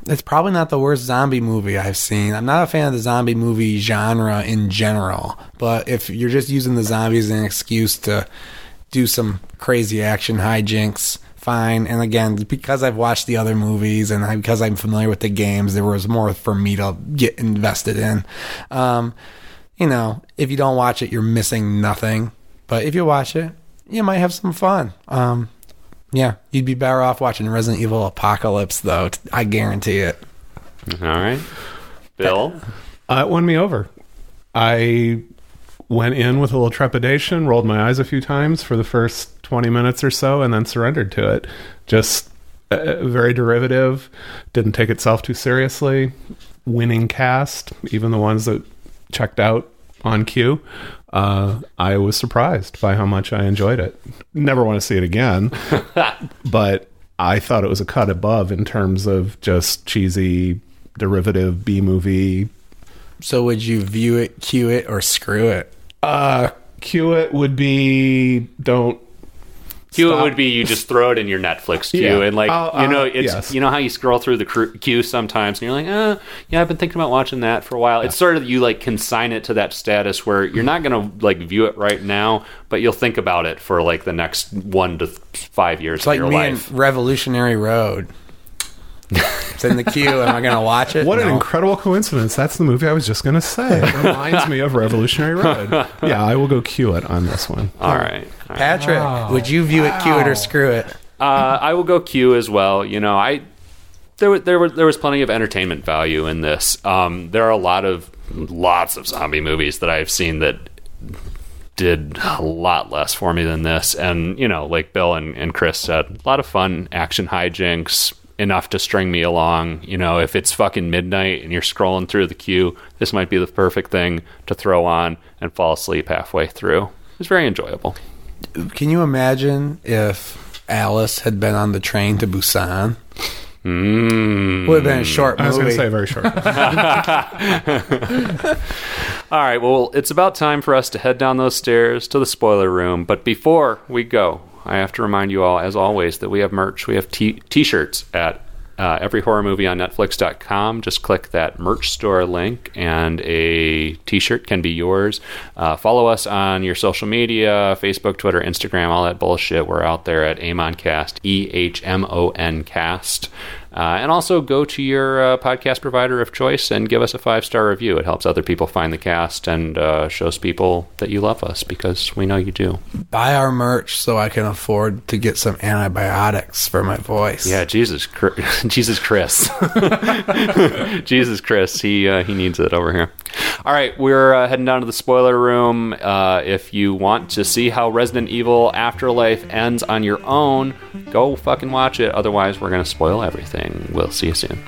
[SPEAKER 2] It's probably not the worst zombie movie I've seen. I'm not a fan of the zombie movie genre in general. But if you're just using the zombies as an excuse to do some crazy action hijinks, fine. And again, because I've watched the other movies and I, because I'm familiar with the games, there was more for me to get invested in. Um, you know, if you don't watch it, you're missing nothing. But if you watch it, you might have some fun. Um, yeah, you'd be better off watching Resident Evil Apocalypse, though. T- I guarantee it.
[SPEAKER 1] All right, Bill.
[SPEAKER 3] Uh, it won me over. I went in with a little trepidation, rolled my eyes a few times for the first 20 minutes or so, and then surrendered to it. Just uh, very derivative, didn't take itself too seriously. Winning cast, even the ones that checked out on cue. Uh, I was surprised by how much I enjoyed it. Never want to see it again, but I thought it was a cut above in terms of just cheesy, derivative B movie
[SPEAKER 2] So would you view it, cue it, or screw it?
[SPEAKER 3] Uh, cue it would be don't.
[SPEAKER 1] Q
[SPEAKER 3] Stop.
[SPEAKER 1] would be you just throw it in your Netflix queue
[SPEAKER 3] Yeah.
[SPEAKER 1] and like
[SPEAKER 3] I'll-
[SPEAKER 1] you know
[SPEAKER 3] I'll-
[SPEAKER 1] it's
[SPEAKER 3] yes.
[SPEAKER 1] you know how you scroll through the cr- queue sometimes and you're like uh yeah I've been thinking about watching that for a while it's sort of you like consign it to that status where you're not gonna like view it right now but you'll think about it for like the next one to th- five years
[SPEAKER 2] It's like
[SPEAKER 1] of your
[SPEAKER 2] me
[SPEAKER 1] life
[SPEAKER 2] and Revolutionary Road. it's in the queue. Am I going to watch it?
[SPEAKER 3] What an
[SPEAKER 2] No.
[SPEAKER 3] incredible coincidence! That's the movie I was just gonna say. It reminds me of Revolutionary Road. Yeah, I will go cue it on this one.
[SPEAKER 1] all right, all right.
[SPEAKER 2] Patrick,
[SPEAKER 4] Wow.
[SPEAKER 2] would you view it, cue it, or screw it?
[SPEAKER 1] Uh, I will go Q as well. You know, I there were, there were there was plenty of entertainment value in this. Um, there are a lot of lots of zombie movies that I've seen that did a lot less for me than this. And you know, like Bill and, and Chris said, a lot of fun action hijinks. Enough to string me along. You know, if it's fucking midnight and you're scrolling through the queue, this might be the perfect thing to throw on and fall asleep halfway through. It was very enjoyable.
[SPEAKER 2] Can you imagine if Alice had been on the train to Busan?
[SPEAKER 1] Mm.
[SPEAKER 2] Would have been a short
[SPEAKER 3] I was
[SPEAKER 2] movie.
[SPEAKER 3] gonna say very short.
[SPEAKER 1] All right, well, it's about time for us to head down those stairs to the spoiler room. But before we go, I have to remind you all, as always, that we have merch. We have t shirts at uh, every horror movie on Netflix.com. Just click that merch store link, and a t shirt can be yours. Uh, follow us on your social media Facebook, Twitter, Instagram, all that bullshit. We're out there at AmonCast, E H M O N Cast. Uh, and also go to your uh, podcast provider of choice and give us a five star review. It helps other people find the cast and uh, shows people that you love us because we know you do.
[SPEAKER 2] Buy our merch so I can afford to get some antibiotics for my voice.
[SPEAKER 1] Yeah, Jesus, Chri- Jesus, Chris, Jesus, Chris. He uh, he needs it over here. All right, we're uh, heading down to the spoiler room. Uh, if you want to see how Resident Evil Afterlife ends on your own, go fucking watch it. Otherwise, we're gonna spoil everything. We'll see you soon.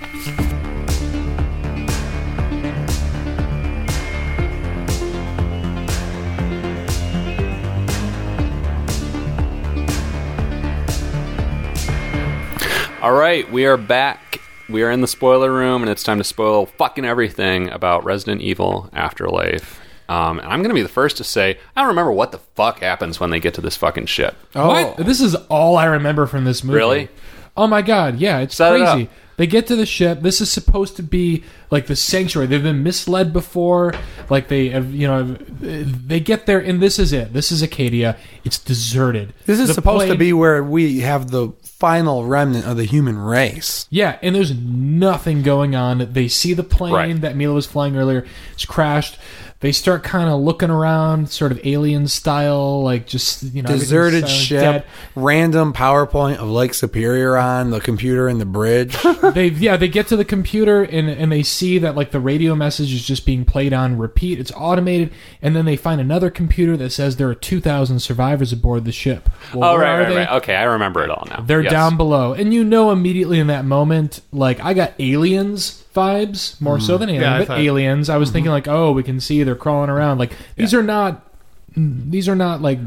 [SPEAKER 1] All right, we are back. We are in the spoiler room, and it's time to spoil fucking everything about Resident Evil Afterlife. Um, and I'm going to be the first to say, I don't remember what the fuck happens when they get to this fucking shit.
[SPEAKER 2] Oh,
[SPEAKER 4] What? This is all I remember from this movie.
[SPEAKER 1] Really?
[SPEAKER 4] Oh my god, yeah, it's
[SPEAKER 1] Set it
[SPEAKER 4] crazy.
[SPEAKER 1] up.
[SPEAKER 4] they get to the ship. This is supposed to be like the sanctuary. They've been misled before. Like they have, you know, they get there and this is it. This is Acadia. It's deserted.
[SPEAKER 2] This is
[SPEAKER 4] The
[SPEAKER 2] supposed to
[SPEAKER 4] plane-
[SPEAKER 2] be where we have the final remnant of the human race.
[SPEAKER 4] Yeah, and there's nothing going on. They see the plane
[SPEAKER 1] Right.
[SPEAKER 4] that Mila was flying earlier. It's crashed. They start kind of looking around, sort of alien style, like just you know, everything's
[SPEAKER 2] Deserted
[SPEAKER 4] silent,
[SPEAKER 2] ship,
[SPEAKER 4] dead.
[SPEAKER 2] random PowerPoint of Lake Superior on the computer in the bridge.
[SPEAKER 4] they yeah they get to the computer and and they see that like the radio message is just being played on repeat it's automated and then they find another computer that says there are 2000 survivors aboard the ship well,
[SPEAKER 1] Oh,
[SPEAKER 4] where
[SPEAKER 1] right,
[SPEAKER 4] are
[SPEAKER 1] right,
[SPEAKER 4] they?
[SPEAKER 1] right. Okay, I remember it all now.
[SPEAKER 4] they're
[SPEAKER 1] Yes.
[SPEAKER 4] down below and you know immediately in that moment like i got aliens vibes more
[SPEAKER 2] Mm.
[SPEAKER 4] so than alien
[SPEAKER 3] Yeah, I
[SPEAKER 4] but
[SPEAKER 3] thought-
[SPEAKER 4] aliens i was
[SPEAKER 2] Mm-hmm.
[SPEAKER 4] thinking like oh we can see they're crawling around like these are not these are not like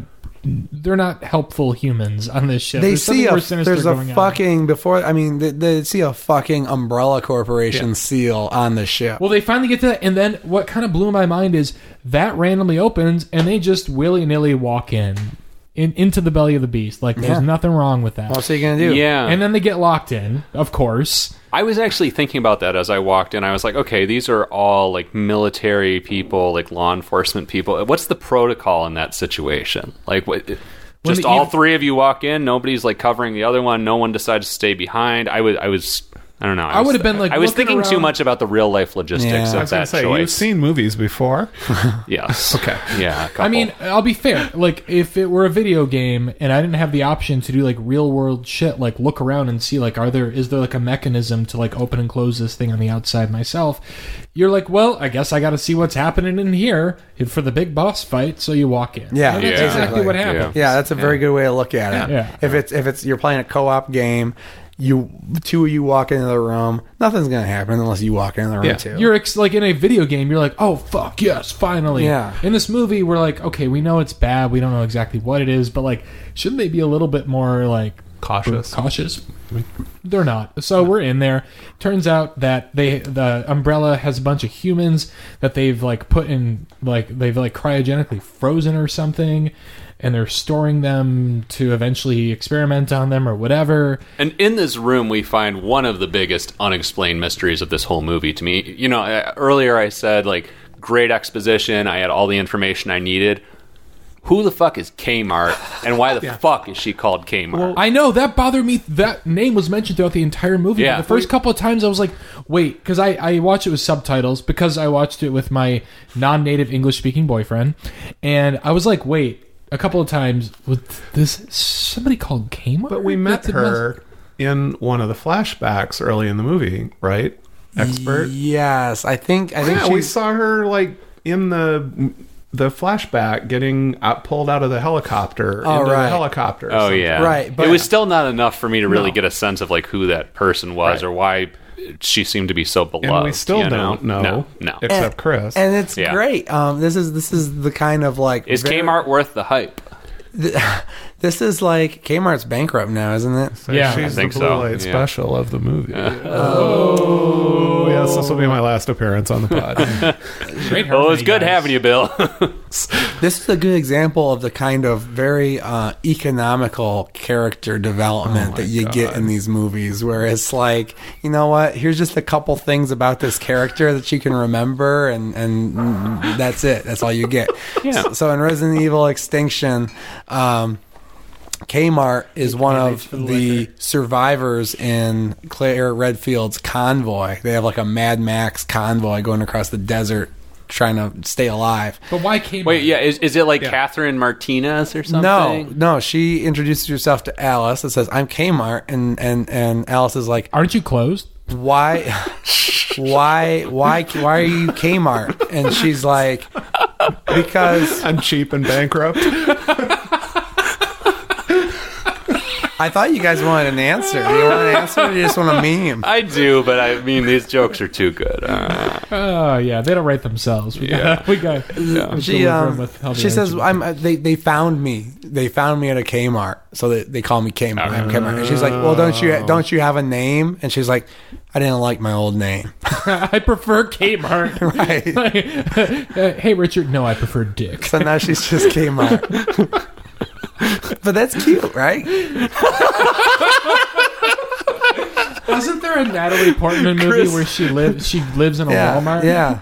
[SPEAKER 4] they're not helpful humans on this ship.
[SPEAKER 2] they
[SPEAKER 4] There's
[SPEAKER 2] see
[SPEAKER 4] something
[SPEAKER 2] a
[SPEAKER 4] more sinister
[SPEAKER 2] there's
[SPEAKER 4] going
[SPEAKER 2] a
[SPEAKER 4] on.
[SPEAKER 2] fucking before I mean they, they see a fucking umbrella corporation seal on the ship.
[SPEAKER 4] Well, they finally get to that, and then what kind of blew my mind is that randomly opens, and they just willy nilly walk in. in, into the belly of the beast. Like there's
[SPEAKER 2] Yeah. uh,
[SPEAKER 4] nothing wrong with that.
[SPEAKER 2] What's he gonna do?
[SPEAKER 1] Yeah.
[SPEAKER 4] And then they get locked in, of course.
[SPEAKER 1] I was actually thinking about that as I walked in. I was like, okay, these are all like military people, like law enforcement people. What's the protocol in that situation? Like, what? Just
[SPEAKER 4] the
[SPEAKER 1] all
[SPEAKER 4] ev-
[SPEAKER 1] three of you walk in. Nobody's like covering the other one. No one decides to stay behind. I was, I was, I don't know.
[SPEAKER 4] I
[SPEAKER 1] was-
[SPEAKER 4] would've been, like,
[SPEAKER 1] I was
[SPEAKER 4] looking
[SPEAKER 1] thinking too
[SPEAKER 4] around-
[SPEAKER 1] much about the real life logistics
[SPEAKER 2] Yeah. I
[SPEAKER 1] of
[SPEAKER 3] was gonna
[SPEAKER 1] that
[SPEAKER 3] say
[SPEAKER 1] choice.
[SPEAKER 3] you've seen movies before.
[SPEAKER 1] yes.
[SPEAKER 3] Okay.
[SPEAKER 1] Yeah. a
[SPEAKER 4] I
[SPEAKER 1] couple.
[SPEAKER 4] mean, I'll be fair. Like if it were a video game and I didn't have the option to do like real world shit, like look around and see like are there is there like a mechanism to like open and close this thing on the outside myself, you're like, well, I guess I got to see what's happening in here for the big boss fight. So you walk in.
[SPEAKER 2] Yeah,
[SPEAKER 4] And that's
[SPEAKER 1] Yeah.
[SPEAKER 4] exactly what happened.
[SPEAKER 1] Yeah.
[SPEAKER 2] Yeah, that's a very good way to look at it.
[SPEAKER 4] Yeah.
[SPEAKER 2] If it's if it's you're playing a co-op game, you two of you walk into the room, nothing's gonna happen unless you walk into the room
[SPEAKER 3] Yeah.
[SPEAKER 2] too.
[SPEAKER 4] You're ex- like in a video game. You're like, oh fuck yes, finally.
[SPEAKER 2] Yeah.
[SPEAKER 4] In this movie, we're like, okay, we know it's bad. We don't know exactly what it is, but like, shouldn't they be a little bit more like
[SPEAKER 3] Cautious.
[SPEAKER 4] Cautious. They're not. So we're in there. Turns out that they the umbrella has a bunch of humans that they've like put in like they've like cryogenically frozen or something, and they're storing them to eventually experiment on them or whatever.
[SPEAKER 1] And in this room, we find one of the biggest unexplained mysteries of this whole movie to me. You know, uh, earlier I said, like, great exposition. I had all the information I needed. Who the fuck is Kmart? And why the fuck is she called Kmart?
[SPEAKER 4] I know that bothered me. That name was mentioned throughout the entire movie. but
[SPEAKER 1] Yeah.
[SPEAKER 4] the first couple of times I was like, wait, because I, I watched it with subtitles because I watched it with my non native English speaking boyfriend. And I was like, wait, a couple of times, was this somebody called Kmart?
[SPEAKER 3] But we met
[SPEAKER 4] That's a mess-
[SPEAKER 3] her in one of the flashbacks early in the movie, right? Expert.
[SPEAKER 2] Yes, I think I think
[SPEAKER 3] Yeah,
[SPEAKER 2] she,
[SPEAKER 3] we saw her like in the the flashback getting out, pulled out of the helicopter.
[SPEAKER 2] Oh,
[SPEAKER 3] into
[SPEAKER 2] right.
[SPEAKER 3] the helicopter. or
[SPEAKER 1] oh,
[SPEAKER 3] something.
[SPEAKER 1] yeah.
[SPEAKER 2] Right, but-
[SPEAKER 1] it was still not enough for me to really get a sense of, like, who that person was or why she seemed to be so beloved.
[SPEAKER 3] And we still
[SPEAKER 1] you know?
[SPEAKER 3] don't know,
[SPEAKER 1] No. no.
[SPEAKER 3] except Chris.
[SPEAKER 2] and it's
[SPEAKER 1] Yeah.
[SPEAKER 2] great. Um, this is this is the kind of like
[SPEAKER 1] Is
[SPEAKER 2] very-
[SPEAKER 1] Kmart worth the hype?
[SPEAKER 2] This is like Kmart's bankrupt now, isn't it?
[SPEAKER 3] So
[SPEAKER 4] Yeah,
[SPEAKER 3] she's
[SPEAKER 4] I
[SPEAKER 1] think
[SPEAKER 3] the blue
[SPEAKER 1] so,
[SPEAKER 3] light
[SPEAKER 1] yeah.
[SPEAKER 3] special of the movie. Oh, yes, this will be my last appearance on the pod.
[SPEAKER 4] Great
[SPEAKER 1] Oh,
[SPEAKER 4] harmony,
[SPEAKER 1] it's good
[SPEAKER 4] guys.
[SPEAKER 1] having you, Bill.
[SPEAKER 2] This is a good example of the kind of very uh, economical character development that you get in these movies, where it's like, you know what? Here's just a couple things about this character that you can remember, and and that's it. That's all you get.
[SPEAKER 1] Yeah.
[SPEAKER 2] So in Resident Evil Extinction, um, Kmart is one of
[SPEAKER 4] for
[SPEAKER 2] the,
[SPEAKER 4] the liquor.
[SPEAKER 2] survivors in Claire Redfield's convoy. They have like a Mad Max convoy going across the desert trying to stay alive.
[SPEAKER 4] But why Kmart?
[SPEAKER 1] Wait, yeah, is, is it like Catherine Martinez or something?
[SPEAKER 2] No, no, she introduces herself to Alice and says, "I'm Kmart," and and and Alice is like,
[SPEAKER 4] Aren't you closed?
[SPEAKER 2] "Why, why, why, why are you Kmart?" And she's like, "Because
[SPEAKER 3] I'm cheap and bankrupt.
[SPEAKER 2] I thought you guys wanted an answer. Do you want an answer? Or do you just want a meme?"
[SPEAKER 1] I do, but I mean, these jokes are too good. Uh,
[SPEAKER 4] Oh, yeah. They don't write themselves. We got. We got
[SPEAKER 2] She um, she says, "I'm uh, they they found me. They found me at a Kmart, so they, they call me Kmart. I'm Kmart." And she's like, "Well, don't you don't you have a name?" And she's like, "I didn't like my old name."
[SPEAKER 4] I prefer Kmart.
[SPEAKER 2] right.
[SPEAKER 4] Uh, hey, Richard. No, I prefer Dick.
[SPEAKER 2] So now she's just Kmart. but that's cute, right?
[SPEAKER 4] Wasn't there a Natalie Portman movie
[SPEAKER 1] Chris-
[SPEAKER 4] where she lives? She lives in a
[SPEAKER 2] Yeah,
[SPEAKER 4] Walmart.
[SPEAKER 2] yeah.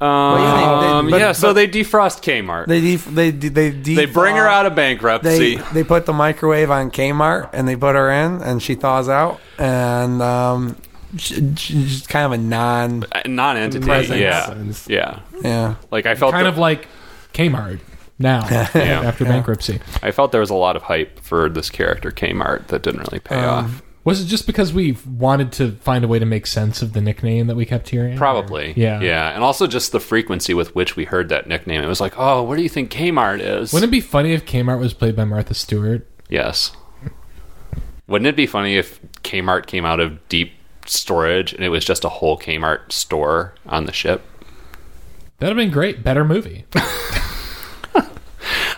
[SPEAKER 2] yeah, they-
[SPEAKER 1] Um,
[SPEAKER 2] but-
[SPEAKER 1] yeah, so they defrost Kmart. They,
[SPEAKER 2] They def- they de- they de-
[SPEAKER 1] bring her out of
[SPEAKER 2] They
[SPEAKER 1] bankruptcy.
[SPEAKER 2] they put the microwave on Kmart and they put her in and she thaws out and um, she, she's kind of a non
[SPEAKER 1] Uh, Non-entity.
[SPEAKER 2] Presence.
[SPEAKER 1] Yeah, yeah.
[SPEAKER 2] yeah.
[SPEAKER 1] Like I felt,
[SPEAKER 4] Kind
[SPEAKER 1] the-
[SPEAKER 4] of like Kmart now after bankruptcy.
[SPEAKER 1] I felt there was a lot of hype for this character Kmart that didn't really pay
[SPEAKER 2] Um,
[SPEAKER 1] off.
[SPEAKER 4] Was it just because we wanted to find a way to make sense of the nickname that we kept hearing?
[SPEAKER 1] Probably.
[SPEAKER 4] Yeah.
[SPEAKER 1] yeah, and also just the frequency with which we heard that nickname. It was like, oh, what do you think Kmart is?
[SPEAKER 4] Wouldn't it be funny if Kmart was played by Martha Stewart?
[SPEAKER 1] yes. Wouldn't it be funny if Kmart came out of deep storage and it was just a whole Kmart store on the ship?
[SPEAKER 4] That'd have been great. Better movie.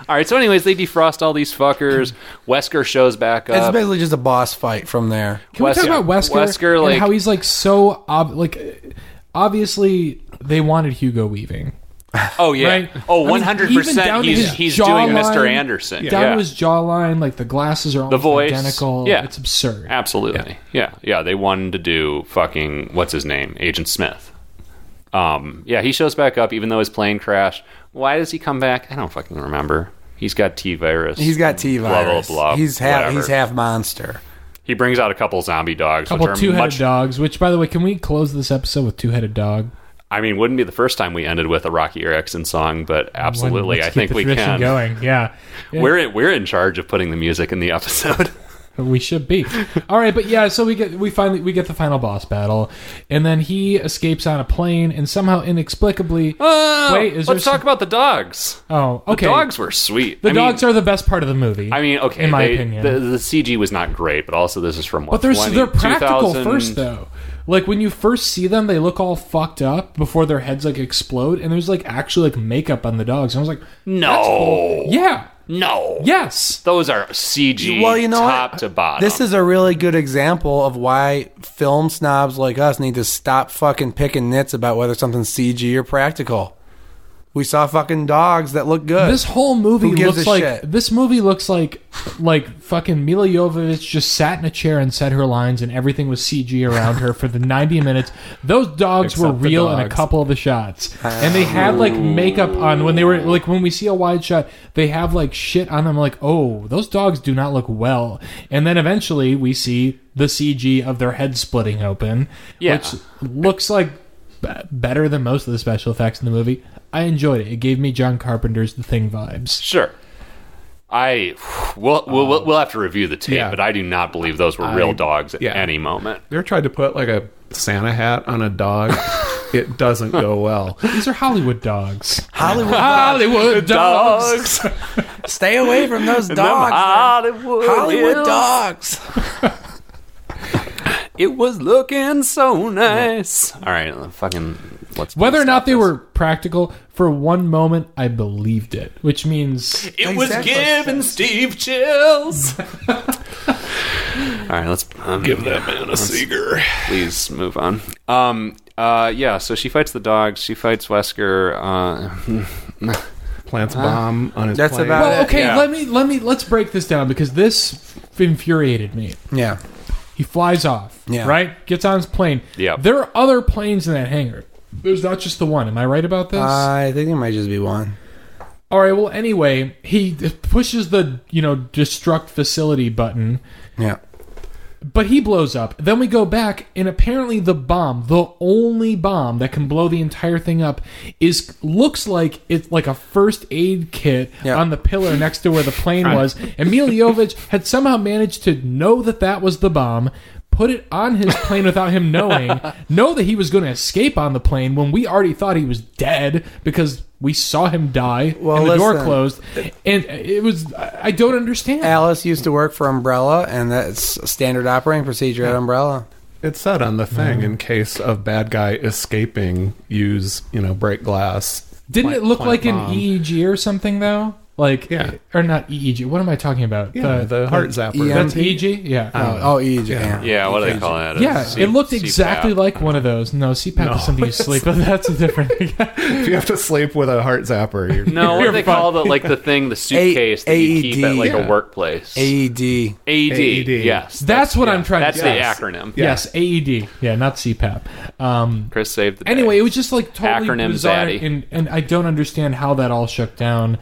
[SPEAKER 1] All right. So, anyways, they defrost all these fuckers. Wesker shows back up.
[SPEAKER 2] It's basically just a boss fight from there.
[SPEAKER 4] Can
[SPEAKER 1] Wes-
[SPEAKER 4] we talk
[SPEAKER 1] yeah.
[SPEAKER 4] about Wesker?
[SPEAKER 1] Wesker,
[SPEAKER 4] and
[SPEAKER 1] like-
[SPEAKER 4] how he's like so ob- like uh, obviously they wanted Hugo Weaving.
[SPEAKER 1] Oh yeah.
[SPEAKER 4] Right?
[SPEAKER 1] Oh,
[SPEAKER 4] I mean,
[SPEAKER 1] one hundred
[SPEAKER 4] even down
[SPEAKER 1] percent.
[SPEAKER 4] to
[SPEAKER 1] He's
[SPEAKER 4] his
[SPEAKER 1] he's doing
[SPEAKER 4] jawline,
[SPEAKER 1] Mr. Anderson.
[SPEAKER 4] Down
[SPEAKER 1] Yeah.
[SPEAKER 4] to his jawline, like the glasses are almost
[SPEAKER 1] voice,
[SPEAKER 4] identical.
[SPEAKER 1] yeah.
[SPEAKER 4] It's absurd.
[SPEAKER 1] Absolutely. Yeah. yeah. They wanted to do fucking what's his name, Agent Smith. Um. Yeah. He shows back up even though his plane crashed. Why does he come back? I don't fucking remember. He's got T virus.
[SPEAKER 2] He's got T
[SPEAKER 1] Blah, blah,
[SPEAKER 2] virus.
[SPEAKER 1] blah,
[SPEAKER 2] he's half.
[SPEAKER 1] whatever.
[SPEAKER 2] He's half monster.
[SPEAKER 1] He brings out a couple zombie dogs,
[SPEAKER 4] couple
[SPEAKER 1] which are
[SPEAKER 4] two-headed
[SPEAKER 1] much.
[SPEAKER 4] dogs. Which, by the way, can we close this episode with two-headed dog?
[SPEAKER 1] I mean, wouldn't be the first time we ended with a Rocky Erickson song, but absolutely,
[SPEAKER 4] Let's
[SPEAKER 1] I
[SPEAKER 4] keep
[SPEAKER 1] think
[SPEAKER 4] the
[SPEAKER 1] we
[SPEAKER 4] tradition
[SPEAKER 1] can.
[SPEAKER 4] Going, yeah. Yeah.
[SPEAKER 1] We're in, we're in charge of putting the music in the episode.
[SPEAKER 4] we should be all right but yeah so we get we finally we get the final boss battle and then he escapes on a plane and somehow inexplicably
[SPEAKER 1] Oh,
[SPEAKER 4] Wait, is there
[SPEAKER 1] let's
[SPEAKER 4] some-
[SPEAKER 1] talk about the dogs.
[SPEAKER 4] oh okay
[SPEAKER 1] The dogs were sweet.
[SPEAKER 4] the
[SPEAKER 1] I
[SPEAKER 4] dogs
[SPEAKER 1] mean,
[SPEAKER 4] are the best part of the movie
[SPEAKER 1] I mean, okay.
[SPEAKER 4] in my
[SPEAKER 1] they-
[SPEAKER 4] opinion
[SPEAKER 1] the, the CG was not great, but also this is from what?
[SPEAKER 4] but they're,
[SPEAKER 1] 20
[SPEAKER 4] they're practical
[SPEAKER 1] 2000
[SPEAKER 4] first though like when you first see them they look all fucked up before their heads like explode and there's like actually like makeup on the dogs and i was like
[SPEAKER 1] No,
[SPEAKER 4] yeah
[SPEAKER 1] no,
[SPEAKER 4] yes
[SPEAKER 1] Those are CG.
[SPEAKER 2] Well, you know what?
[SPEAKER 1] top to bottom.
[SPEAKER 2] This is a really good example of why film snobs like us need to stop fucking picking nits about whether something's CG or practical. We saw fucking dogs that look good.
[SPEAKER 4] This whole movie
[SPEAKER 2] Who gives
[SPEAKER 4] looks
[SPEAKER 2] a
[SPEAKER 4] like
[SPEAKER 2] shit?
[SPEAKER 4] this movie looks like like fucking Mila Jovovich just sat in a chair and said her lines and everything was CG around her for the 90 minutes. Those dogs were
[SPEAKER 3] Except the
[SPEAKER 4] real in a
[SPEAKER 3] dogs.
[SPEAKER 4] couple of the shots. And they had like
[SPEAKER 2] Oh.
[SPEAKER 4] makeup on when they were like when we see a wide shot, they have like shit on them like, "Oh, those dogs do not look well." And then eventually we see the CG of their head splitting open,
[SPEAKER 1] Yeah.
[SPEAKER 4] which looks like b- better than most of the special effects in the movie. I enjoyed it. It gave me John Carpenter's The Thing vibes.
[SPEAKER 1] sure. I we'll, we'll
[SPEAKER 4] Uh,
[SPEAKER 1] we'll- we'll have to review the tape,
[SPEAKER 3] Yeah.
[SPEAKER 1] but I do not believe those were real dogs at
[SPEAKER 3] yeah.
[SPEAKER 1] any moment.
[SPEAKER 3] You ever tried to put like a Santa hat on a dog? it doesn't go well.
[SPEAKER 4] These are Hollywood dogs.
[SPEAKER 2] Hollywood,
[SPEAKER 4] Hollywood dogs.
[SPEAKER 2] stay away from those dogs. man.
[SPEAKER 1] Hollywood,
[SPEAKER 2] Hollywood dogs.
[SPEAKER 1] It was looking so nice. All right, uh, fucking. Let's
[SPEAKER 4] Whether or
[SPEAKER 1] stop
[SPEAKER 4] not they
[SPEAKER 1] this.
[SPEAKER 4] were practical, for one moment I believed it, which means
[SPEAKER 1] It was
[SPEAKER 2] Exactly.
[SPEAKER 1] giving Steve chills. All right, let's um, give that man a Seeger. Please move on. Um, uh, yeah. So she fights the dogs. She fights Wesker. Uh,
[SPEAKER 3] Plants a bomb on his
[SPEAKER 2] That's
[SPEAKER 3] plane.
[SPEAKER 2] about
[SPEAKER 4] Well,
[SPEAKER 2] it.
[SPEAKER 4] okay,
[SPEAKER 1] yeah.
[SPEAKER 4] let me let me let's break this down because this infuriated me.
[SPEAKER 2] Yeah.
[SPEAKER 4] He flies off.
[SPEAKER 2] Yeah.
[SPEAKER 4] Right? Gets on his plane.
[SPEAKER 1] Yep.
[SPEAKER 4] There are other planes in that hangar. There's not just the one. Am I right about this?
[SPEAKER 2] I think it might just be one.
[SPEAKER 4] All right. Well, anyway, he pushes the you know destruct facility button,
[SPEAKER 2] Yeah.
[SPEAKER 4] but he blows up. Then we go back, and apparently the bomb, the only bomb that can blow the entire thing up, is looks like it's like a first aid kit
[SPEAKER 2] Yeah.
[SPEAKER 4] on the pillar next to where the plane was. And Miljovic had somehow managed to know that that was the bomb. Put it on his plane without him knowing. know that he was going to escape on the plane when we already thought he was dead because we saw him die
[SPEAKER 2] Well,
[SPEAKER 4] and the door
[SPEAKER 2] listen.
[SPEAKER 4] closed. And it was I I don't understand.
[SPEAKER 2] Alice used to work for Umbrella, and that's standard operating procedure at Umbrella.
[SPEAKER 3] It said on the thing, in case of bad guy escaping, use you know break glass.
[SPEAKER 4] Didn't
[SPEAKER 3] plant-
[SPEAKER 4] it look
[SPEAKER 3] plant
[SPEAKER 4] like
[SPEAKER 3] bomb.
[SPEAKER 4] an EEG or something though? Like
[SPEAKER 3] Yeah.
[SPEAKER 4] or not EEG? What am I talking about?
[SPEAKER 3] Yeah, the, heart E zapper.
[SPEAKER 2] EMT?
[SPEAKER 4] that's EEG. E Yeah,
[SPEAKER 2] Oh, oh EJ. Yeah.
[SPEAKER 1] yeah. What do they call that?
[SPEAKER 4] yeah.
[SPEAKER 1] C-
[SPEAKER 4] it looked
[SPEAKER 1] CPAP.
[SPEAKER 4] exactly like one of those. No, CPAP
[SPEAKER 3] No.
[SPEAKER 4] is something you sleep. But that's a different. thing.
[SPEAKER 3] If you have to sleep with a heart zapper, you're,
[SPEAKER 1] No, what do
[SPEAKER 4] You're
[SPEAKER 1] they
[SPEAKER 4] fine.
[SPEAKER 1] call the like the thing, the suitcase that you keep at like
[SPEAKER 3] Yeah.
[SPEAKER 1] a workplace?
[SPEAKER 2] AED.
[SPEAKER 1] AED.
[SPEAKER 3] AED.
[SPEAKER 1] Yes,
[SPEAKER 4] That's what I'm trying.
[SPEAKER 1] that's
[SPEAKER 4] to
[SPEAKER 1] the
[SPEAKER 4] yes.
[SPEAKER 1] acronym.
[SPEAKER 4] Yes, AED. Yeah, not CPAP. Um,
[SPEAKER 1] Chris saved the day.
[SPEAKER 4] anyway, it was just like totally
[SPEAKER 1] Acronym
[SPEAKER 4] bizarre,
[SPEAKER 1] zaddy.
[SPEAKER 4] and and I don't understand how that all shook down.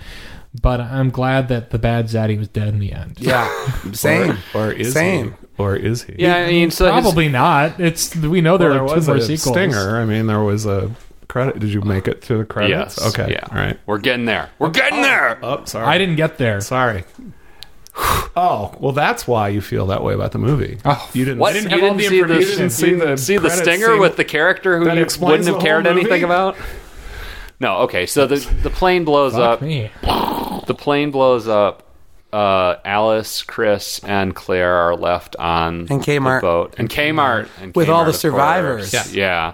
[SPEAKER 4] But I'm glad that the bad Zaddy was dead in the end.
[SPEAKER 2] Yeah. Same.
[SPEAKER 3] or is E?
[SPEAKER 2] Same.
[SPEAKER 3] he? Or is he?
[SPEAKER 1] yeah, I mean, so his-
[SPEAKER 4] Probably not. It's we know there
[SPEAKER 3] Well, there
[SPEAKER 4] are two
[SPEAKER 3] was
[SPEAKER 4] more
[SPEAKER 3] a
[SPEAKER 4] sequels.
[SPEAKER 3] stinger. I mean, there was a credit. Did you make it to the credits?
[SPEAKER 1] Yes.
[SPEAKER 3] Okay.
[SPEAKER 1] Yeah.
[SPEAKER 3] All right.
[SPEAKER 1] We're getting there. We're getting there.
[SPEAKER 3] Oh, sorry.
[SPEAKER 4] I didn't get there.
[SPEAKER 3] Sorry. Oh well, that's why you feel that way about the movie.
[SPEAKER 4] Oh,
[SPEAKER 3] you didn't.
[SPEAKER 1] What?
[SPEAKER 3] see-
[SPEAKER 4] didn't have all the
[SPEAKER 1] see
[SPEAKER 4] information.
[SPEAKER 1] You didn't
[SPEAKER 3] You
[SPEAKER 1] see the,
[SPEAKER 3] didn't
[SPEAKER 1] see the
[SPEAKER 3] credit
[SPEAKER 1] stinger
[SPEAKER 3] scene
[SPEAKER 1] with the character who
[SPEAKER 3] that
[SPEAKER 1] you
[SPEAKER 3] explains
[SPEAKER 1] wouldn't
[SPEAKER 3] the
[SPEAKER 1] have
[SPEAKER 3] whole
[SPEAKER 1] cared
[SPEAKER 3] movie?
[SPEAKER 1] anything about? No, okay. So the the plane blows up.
[SPEAKER 4] Fuck me.
[SPEAKER 1] The plane blows up. Uh, Alice, Chris, and Claire are left on
[SPEAKER 2] And Kmart.
[SPEAKER 1] the boat, and Kmart, and
[SPEAKER 2] With all
[SPEAKER 1] Kmart,
[SPEAKER 2] the
[SPEAKER 1] of
[SPEAKER 2] survivors.
[SPEAKER 1] course. Yeah.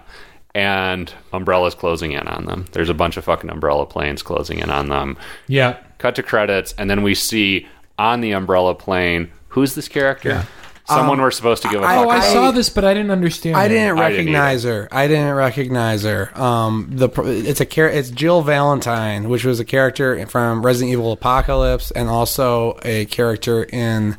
[SPEAKER 1] and umbrellas closing in on them. There's a bunch of fucking umbrella planes closing in on them.
[SPEAKER 4] Yeah.
[SPEAKER 1] Cut to credits, and then we see on the umbrella plane who's this character? Someone we're supposed to give a
[SPEAKER 2] Um, I-
[SPEAKER 1] fuck
[SPEAKER 4] Oh, I,
[SPEAKER 1] about.
[SPEAKER 4] saw this, but I didn't understand.
[SPEAKER 2] I
[SPEAKER 4] it.
[SPEAKER 2] didn't
[SPEAKER 1] I didn't
[SPEAKER 2] recognize her. I didn't recognize her. Um, the pr- it's a char- it's Jill Valentine, which was a character from Resident Evil Apocalypse, and also a character in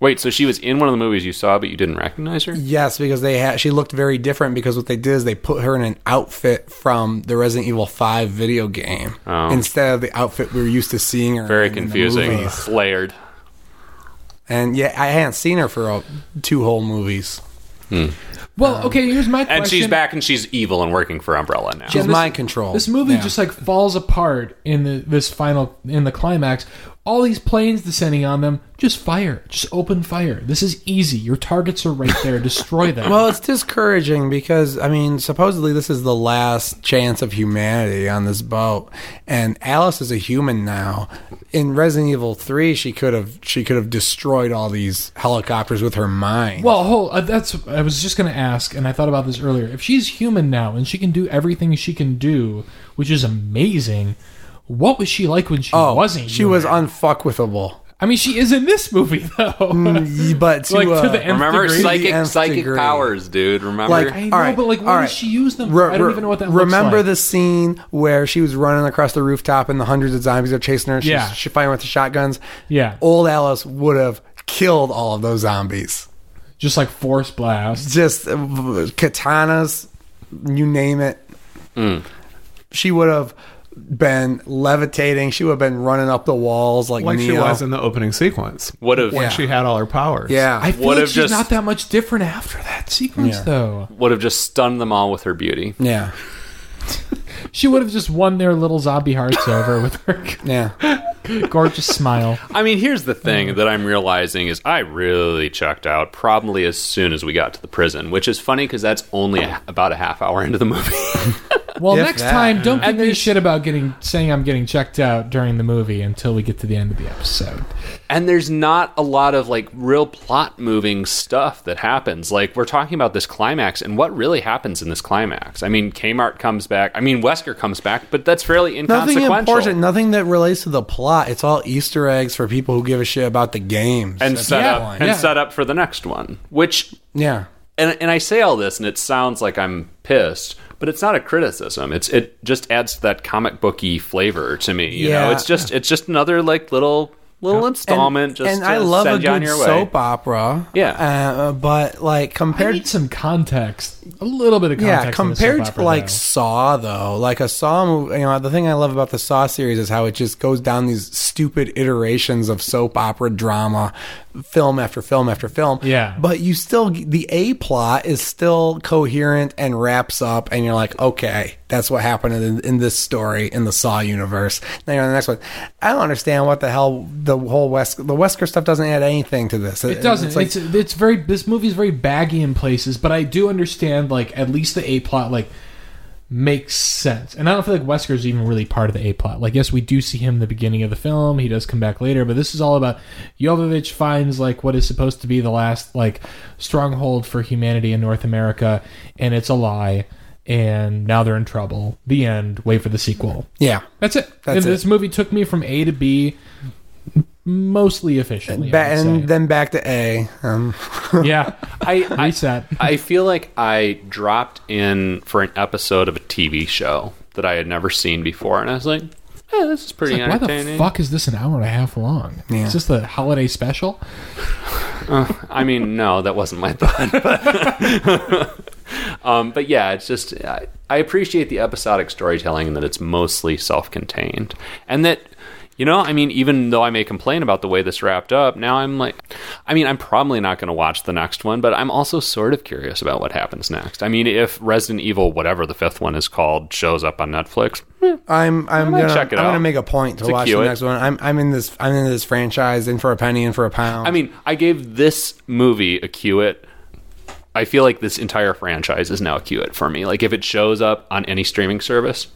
[SPEAKER 1] Wait, so she was in one of the movies you saw, but you didn't recognize her?
[SPEAKER 2] Yes, because they had she looked very different because what they did is they put her in an outfit from the Resident Evil Five video game
[SPEAKER 1] Oh.
[SPEAKER 2] instead of the outfit we were used to seeing her.
[SPEAKER 1] Very
[SPEAKER 2] in in the
[SPEAKER 1] confusing.
[SPEAKER 2] movies.
[SPEAKER 1] Layered.
[SPEAKER 2] And yeah, I hadn't seen her for uh, two whole movies.
[SPEAKER 4] Well, okay. Here's my question.
[SPEAKER 1] And she's back and she's evil and working for Umbrella now.
[SPEAKER 2] She's
[SPEAKER 4] this-
[SPEAKER 2] mind control.
[SPEAKER 4] This movie just like falls apart in the this final in the climax. All these planes descending on them, just fire, just open fire. This is easy. Your targets are right there. Destroy them.
[SPEAKER 2] Well, it's discouraging because I mean, supposedly this is the last chance of humanity on this boat, and Alice is a human now. In Resident Evil Three, she could have she could have destroyed all these helicopters with her mind.
[SPEAKER 4] Well, hold. Uh, that's. I was just going to ask, and I thought about this earlier. If she's human now and she can do everything she can do, which is amazing, what was she like when she
[SPEAKER 2] oh,
[SPEAKER 4] wasn't?
[SPEAKER 2] she
[SPEAKER 4] human?
[SPEAKER 2] was unfuckwithable.
[SPEAKER 4] I mean, she is in this movie though.
[SPEAKER 2] Mm, but to,
[SPEAKER 4] Like, to
[SPEAKER 2] uh,
[SPEAKER 4] the end-
[SPEAKER 1] Remember
[SPEAKER 4] degree,
[SPEAKER 1] psychic
[SPEAKER 2] nth
[SPEAKER 1] psychic
[SPEAKER 2] degree.
[SPEAKER 1] powers, dude. Remember?
[SPEAKER 2] Like-
[SPEAKER 4] I know,
[SPEAKER 2] All right,
[SPEAKER 4] but like,
[SPEAKER 2] all
[SPEAKER 4] why
[SPEAKER 2] right.
[SPEAKER 4] does she use them?
[SPEAKER 2] Re-
[SPEAKER 4] I don't
[SPEAKER 2] re-
[SPEAKER 4] even know what that.
[SPEAKER 2] Remember
[SPEAKER 4] looks like.
[SPEAKER 2] the scene where she was running across the rooftop and the hundreds of zombies are chasing her. She's,
[SPEAKER 4] Yeah.
[SPEAKER 2] she's firing with the shotguns.
[SPEAKER 4] Yeah.
[SPEAKER 2] old Alice would have killed all of those zombies.
[SPEAKER 4] Just like force blast.
[SPEAKER 2] Just uh, v- katanas, you name it.
[SPEAKER 1] Mm.
[SPEAKER 2] She would have been levitating. She would have been running up the walls like,
[SPEAKER 3] like she
[SPEAKER 2] Neo.
[SPEAKER 3] was in the opening sequence
[SPEAKER 1] would have
[SPEAKER 3] when
[SPEAKER 2] Yeah.
[SPEAKER 3] she had all her powers.
[SPEAKER 2] yeah,
[SPEAKER 4] I feel
[SPEAKER 1] What
[SPEAKER 4] like
[SPEAKER 1] if
[SPEAKER 4] she's
[SPEAKER 1] just-
[SPEAKER 4] not that much different after that sequence,
[SPEAKER 2] Yeah.
[SPEAKER 4] though.
[SPEAKER 1] would have just stunned them all with her beauty.
[SPEAKER 2] yeah,
[SPEAKER 4] She would have just won their little zombie hearts over with her
[SPEAKER 2] yeah.
[SPEAKER 4] gorgeous smile.
[SPEAKER 1] I mean, here's the
[SPEAKER 2] Mm.
[SPEAKER 1] thing that I'm realizing is I really checked out probably as soon as we got to the prison, which is funny because that's only a, about a half hour into the movie.
[SPEAKER 4] Well,
[SPEAKER 2] If
[SPEAKER 4] next
[SPEAKER 2] that.
[SPEAKER 4] time, don't give me shit about getting saying I'm getting checked out during the movie until we get to the end of the episode.
[SPEAKER 1] and there's not a lot of like real plot moving stuff that happens. Like we're talking about this climax and what really happens in this climax. I mean, Kmart comes back. I mean, Wesker comes back, but that's fairly
[SPEAKER 2] Nothing
[SPEAKER 1] inconsequential.
[SPEAKER 2] important. Nothing that relates to the plot. It's all Easter eggs for people who give a shit about the games
[SPEAKER 1] and
[SPEAKER 2] That's
[SPEAKER 1] set
[SPEAKER 2] the
[SPEAKER 1] up
[SPEAKER 2] point.
[SPEAKER 1] and
[SPEAKER 4] yeah.
[SPEAKER 1] set up for the next one, which
[SPEAKER 2] Yeah.
[SPEAKER 1] and and I say all this and it sounds like I'm pissed, but it's not a criticism. It's it just adds to that comic booky flavor to me. You know,
[SPEAKER 2] Yeah.
[SPEAKER 1] it's just it's just another like little little installment. just
[SPEAKER 2] and
[SPEAKER 1] to
[SPEAKER 2] I love
[SPEAKER 1] send
[SPEAKER 2] a
[SPEAKER 1] you on
[SPEAKER 2] good
[SPEAKER 1] your way.
[SPEAKER 2] soap opera.
[SPEAKER 1] Yeah.
[SPEAKER 2] uh, but like
[SPEAKER 4] I
[SPEAKER 2] compared,
[SPEAKER 4] need some context, a little bit of context.
[SPEAKER 2] yeah,
[SPEAKER 4] in this
[SPEAKER 2] compared
[SPEAKER 4] soap
[SPEAKER 2] to
[SPEAKER 4] opera,
[SPEAKER 2] like
[SPEAKER 4] though.
[SPEAKER 2] Saw though, like a Saw movie. You know, the thing I love about the Saw series is how it just goes down these stupid iterations of soap opera drama, film after film after film.
[SPEAKER 4] Yeah.
[SPEAKER 2] but you still the A plot is still coherent and wraps up, and you're like, okay, that's what happened in, in this story in the Saw universe. Now you're on the next one. I don't understand what the hell the whole West the Wesker stuff doesn't add anything to this.
[SPEAKER 4] It doesn't. It's,
[SPEAKER 2] like-
[SPEAKER 4] it's, very. This movie's very baggy in places, but I do understand. Like at least the a plot like makes sense, and I don't feel like Wesker's even really part of the a plot. Like yes, we do see him in the beginning of the film. He does come back later, but this is all about Jovovich finds like what is supposed to be the last like stronghold for humanity in North America, and it's a lie. And now they're in trouble. The end. Wait for the sequel.
[SPEAKER 2] yeah.
[SPEAKER 4] That's it.
[SPEAKER 2] That's
[SPEAKER 4] and
[SPEAKER 2] it.
[SPEAKER 4] This movie took me from A to B, mostly efficiently. I
[SPEAKER 2] Ba-
[SPEAKER 4] would say
[SPEAKER 2] and then back to A. Um,
[SPEAKER 4] yeah, I reset.
[SPEAKER 1] I feel like I dropped in for an episode of a TV show that I had never seen before, and I was like, "Eh, this is pretty
[SPEAKER 4] Like, why the
[SPEAKER 1] entertaining."
[SPEAKER 4] fuck is this an hour and a half long?
[SPEAKER 2] Yeah.
[SPEAKER 4] Is this the holiday special?
[SPEAKER 1] I mean, no, that wasn't my thought. But, um, but yeah, it's just I, I appreciate the episodic storytelling and that it's mostly self-contained, and that you know, I mean, even though I may complain about the way this wrapped up, now I'm like, I mean, I'm probably not going to watch the next one, but I'm also sort of curious about what happens next. I mean, if Resident Evil, whatever the fifth one is called, shows up on Netflix, eh,
[SPEAKER 2] I'm I'm
[SPEAKER 1] might
[SPEAKER 2] gonna
[SPEAKER 1] check it
[SPEAKER 2] I'm
[SPEAKER 1] out.
[SPEAKER 2] gonna make a point to
[SPEAKER 1] To
[SPEAKER 2] watch
[SPEAKER 1] cue
[SPEAKER 2] the
[SPEAKER 1] it.
[SPEAKER 2] next one. I'm I'm in this I'm in this franchise in for a penny in for a pound.
[SPEAKER 1] I mean, I gave this movie a cue it. I feel like this entire franchise is now a cue it for me. Like if it shows up on any streaming service,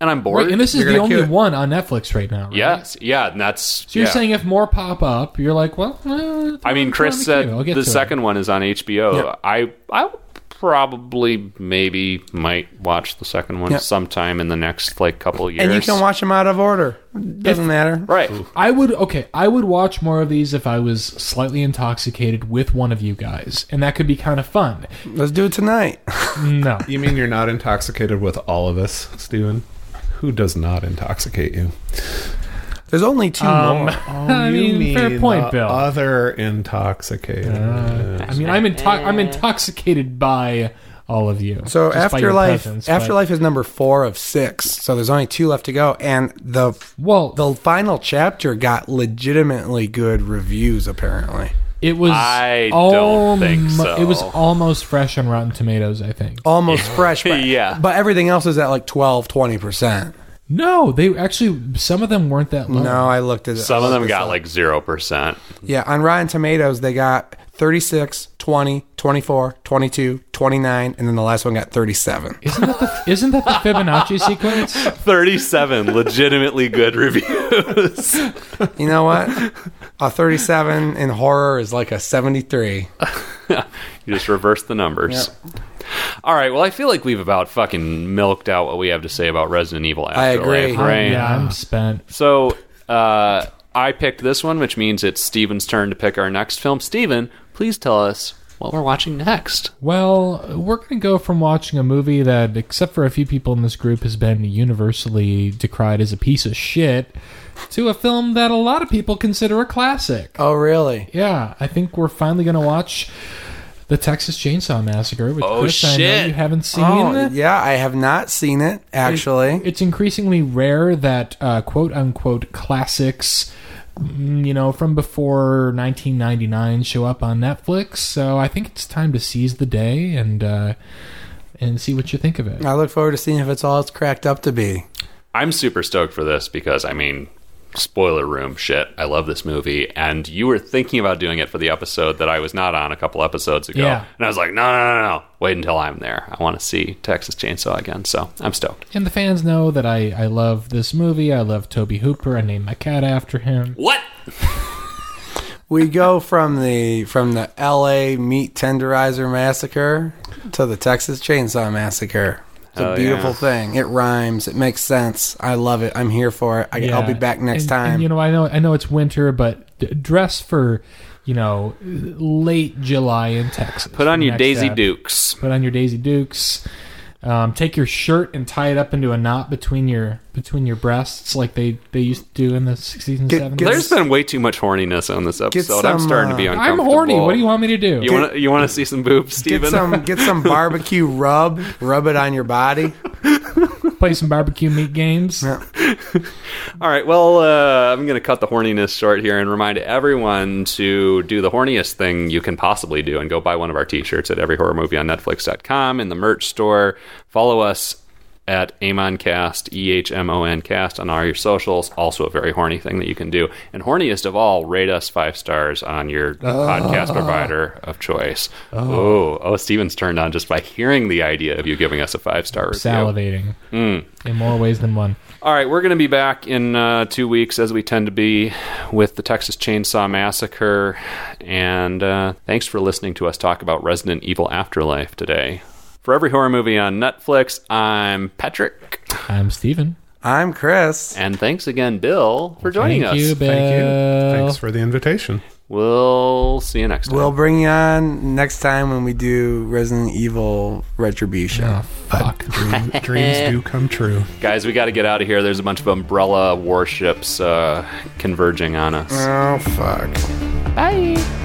[SPEAKER 1] and I'm bored.
[SPEAKER 4] Right, and this is
[SPEAKER 2] You're
[SPEAKER 4] the
[SPEAKER 2] gonna
[SPEAKER 4] only
[SPEAKER 2] queue it.
[SPEAKER 4] one on Netflix right now. Right?
[SPEAKER 1] yes, yeah, and that's.
[SPEAKER 4] So you're
[SPEAKER 1] yeah.
[SPEAKER 4] saying if more pop up, you're like, well, eh,
[SPEAKER 1] I mean,
[SPEAKER 4] it's on
[SPEAKER 1] Chris
[SPEAKER 4] the
[SPEAKER 1] said
[SPEAKER 4] queue. I'll get
[SPEAKER 1] the
[SPEAKER 4] to it.
[SPEAKER 1] second one is on HBO.
[SPEAKER 2] Yeah.
[SPEAKER 1] I I probably maybe might watch the second one
[SPEAKER 2] Yep.
[SPEAKER 1] sometime in the next like couple years.
[SPEAKER 2] And you can watch them out of order. Doesn't matter.
[SPEAKER 1] right.
[SPEAKER 4] I would okay. I would watch more of these if I was slightly intoxicated with one of you guys, and that could be kind of fun.
[SPEAKER 2] Let's do it tonight.
[SPEAKER 4] No,
[SPEAKER 3] You mean you're not intoxicated with all of us, Steven? Who does not intoxicate you?
[SPEAKER 2] There's only two
[SPEAKER 1] Um,
[SPEAKER 2] more.
[SPEAKER 4] I mean, fair point, Bill.
[SPEAKER 3] Other intoxicated.
[SPEAKER 4] I mean, I'm into- I'm intoxicated by all of you.
[SPEAKER 2] So
[SPEAKER 4] just by your
[SPEAKER 2] afterlife,
[SPEAKER 4] presence, but-
[SPEAKER 2] afterlife is number four of six. So there's only two left to go, and the
[SPEAKER 4] Well,
[SPEAKER 2] the final chapter got legitimately good reviews. Apparently,
[SPEAKER 4] it was.
[SPEAKER 1] I don't think
[SPEAKER 4] almo-
[SPEAKER 1] so.
[SPEAKER 4] It was almost fresh on Rotten Tomatoes. I think.
[SPEAKER 2] almost fresh. But,
[SPEAKER 1] Yeah.
[SPEAKER 2] but everything else is at like 12, 20 percent.
[SPEAKER 4] No, they actually some of them weren't that low.
[SPEAKER 2] No, I looked at it.
[SPEAKER 1] Mm-hmm. Some
[SPEAKER 2] I
[SPEAKER 1] of
[SPEAKER 2] looked
[SPEAKER 1] them
[SPEAKER 2] this
[SPEAKER 1] got
[SPEAKER 2] up.
[SPEAKER 1] like 0%.
[SPEAKER 2] yeah on Rotten Tomatoes they got 36, 20, 24, 22, 29, and then the last one got 37.
[SPEAKER 4] Isn't that the isn't that the Fibonacci sequence?
[SPEAKER 1] 37 legitimately good reviews.
[SPEAKER 2] You know what? A 37 in horror is like a 73.
[SPEAKER 1] you just reverse the numbers. All right. Well, I feel like we've about fucking milked out what we have to say about Resident Evil
[SPEAKER 2] I
[SPEAKER 1] Afterlife,
[SPEAKER 2] agree.
[SPEAKER 4] I'm-
[SPEAKER 1] right?
[SPEAKER 4] Yeah, I'm spent.
[SPEAKER 1] So uh, I picked this one, which means it's Steven's turn to pick our next film. Steven, please tell us what we're watching next.
[SPEAKER 4] Well, we're going to go from watching a movie that, except for a few people in this group, has been universally decried as a piece of shit, to a film that a lot of people consider a classic.
[SPEAKER 2] Oh, really?
[SPEAKER 4] Yeah, I think we're finally going to watch the Texas Chainsaw Massacre, which
[SPEAKER 1] Oh,
[SPEAKER 4] Chris, I know
[SPEAKER 1] shit.
[SPEAKER 4] you haven't seen.
[SPEAKER 2] Oh, yeah, I have not seen it actually.
[SPEAKER 4] It's increasingly rare that uh, quote unquote classics, mm, you know, from before 1999 show up on Netflix. So I think it's time to seize the day and uh, and see what you think of it.
[SPEAKER 2] I look forward to seeing if it's all it's cracked up to be.
[SPEAKER 1] I'm super stoked for this because, I mean, spoiler room shit. I love this movie. And you were thinking about doing it for the episode that I was not on a couple episodes ago.
[SPEAKER 4] Yeah.
[SPEAKER 1] And I was like, no, no, no, no. Wait until I'm there. I want to see Texas Chainsaw again. So I'm stoked.
[SPEAKER 4] And the fans know that I, I love this movie. I love Toby Hooper. I named my cat after him.
[SPEAKER 1] What?
[SPEAKER 2] We go from the from the L.A. meat tenderizer massacre to the Texas chainsaw massacre. It's a
[SPEAKER 1] Hell
[SPEAKER 2] beautiful
[SPEAKER 1] yeah.
[SPEAKER 2] thing. It rhymes. It makes sense. I love it. I'm here for it. I, I'll be back next
[SPEAKER 4] And-
[SPEAKER 2] time.
[SPEAKER 4] and, you know, I know I know it's winter, but d- dress for you know late July in Texas.
[SPEAKER 1] Put on your
[SPEAKER 4] Next
[SPEAKER 1] Daisy
[SPEAKER 4] up.
[SPEAKER 1] Dukes.
[SPEAKER 4] put on your Daisy Dukes. Um, take your shirt and tie it up into a knot between your between your breasts, like they, they used to do in the sixties and
[SPEAKER 2] Get- get-
[SPEAKER 4] seventies.
[SPEAKER 1] There's been way too much horniness on this episode. I'm
[SPEAKER 2] some,
[SPEAKER 1] starting to be
[SPEAKER 2] uh,
[SPEAKER 1] uncomfortable.
[SPEAKER 4] I'm horny. What do you want me to do?
[SPEAKER 1] You want to you want to see some boobs,
[SPEAKER 2] get
[SPEAKER 1] Steven?
[SPEAKER 2] some get some barbecue rub. Rub it on your body.
[SPEAKER 4] Play some barbecue meat games.
[SPEAKER 1] All right. Well, uh, I'm going to cut the horniness short here and remind everyone to do the horniest thing you can possibly do and go buy one of our t-shirts at every horror movie on netflix.com in the merch store. Follow us at Amoncast, E H M O N cast on all your socials. Also a very horny thing that you can do. And horniest of all, rate us five stars on your podcast provider of choice. Oh. oh, Steven's turned on just by hearing the idea of you giving us a five star review.
[SPEAKER 4] Salivating
[SPEAKER 1] Hmm.
[SPEAKER 4] in more ways than one.
[SPEAKER 1] All right, we're going to be back in uh, two weeks, as we tend to be, with the Texas Chainsaw Massacre. And uh, thanks for listening to us talk about Resident Evil Afterlife today. For every horror movie on Netflix, I'm Patrick.
[SPEAKER 4] I'm Steven.
[SPEAKER 2] I'm Chris.
[SPEAKER 1] And thanks again, Bill, for joining
[SPEAKER 4] Thank you,
[SPEAKER 1] us.
[SPEAKER 4] Bill.
[SPEAKER 3] Thank you. Thanks for the invitation.
[SPEAKER 1] We'll see you next time.
[SPEAKER 2] We'll bring you on next time when we do Resident Evil Retribution.
[SPEAKER 4] Oh, fuck.
[SPEAKER 3] Dream- dreams do come true.
[SPEAKER 1] Guys, we got to get out of here. There's a bunch of umbrella warships uh, converging on us.
[SPEAKER 2] Oh fuck.
[SPEAKER 1] Bye.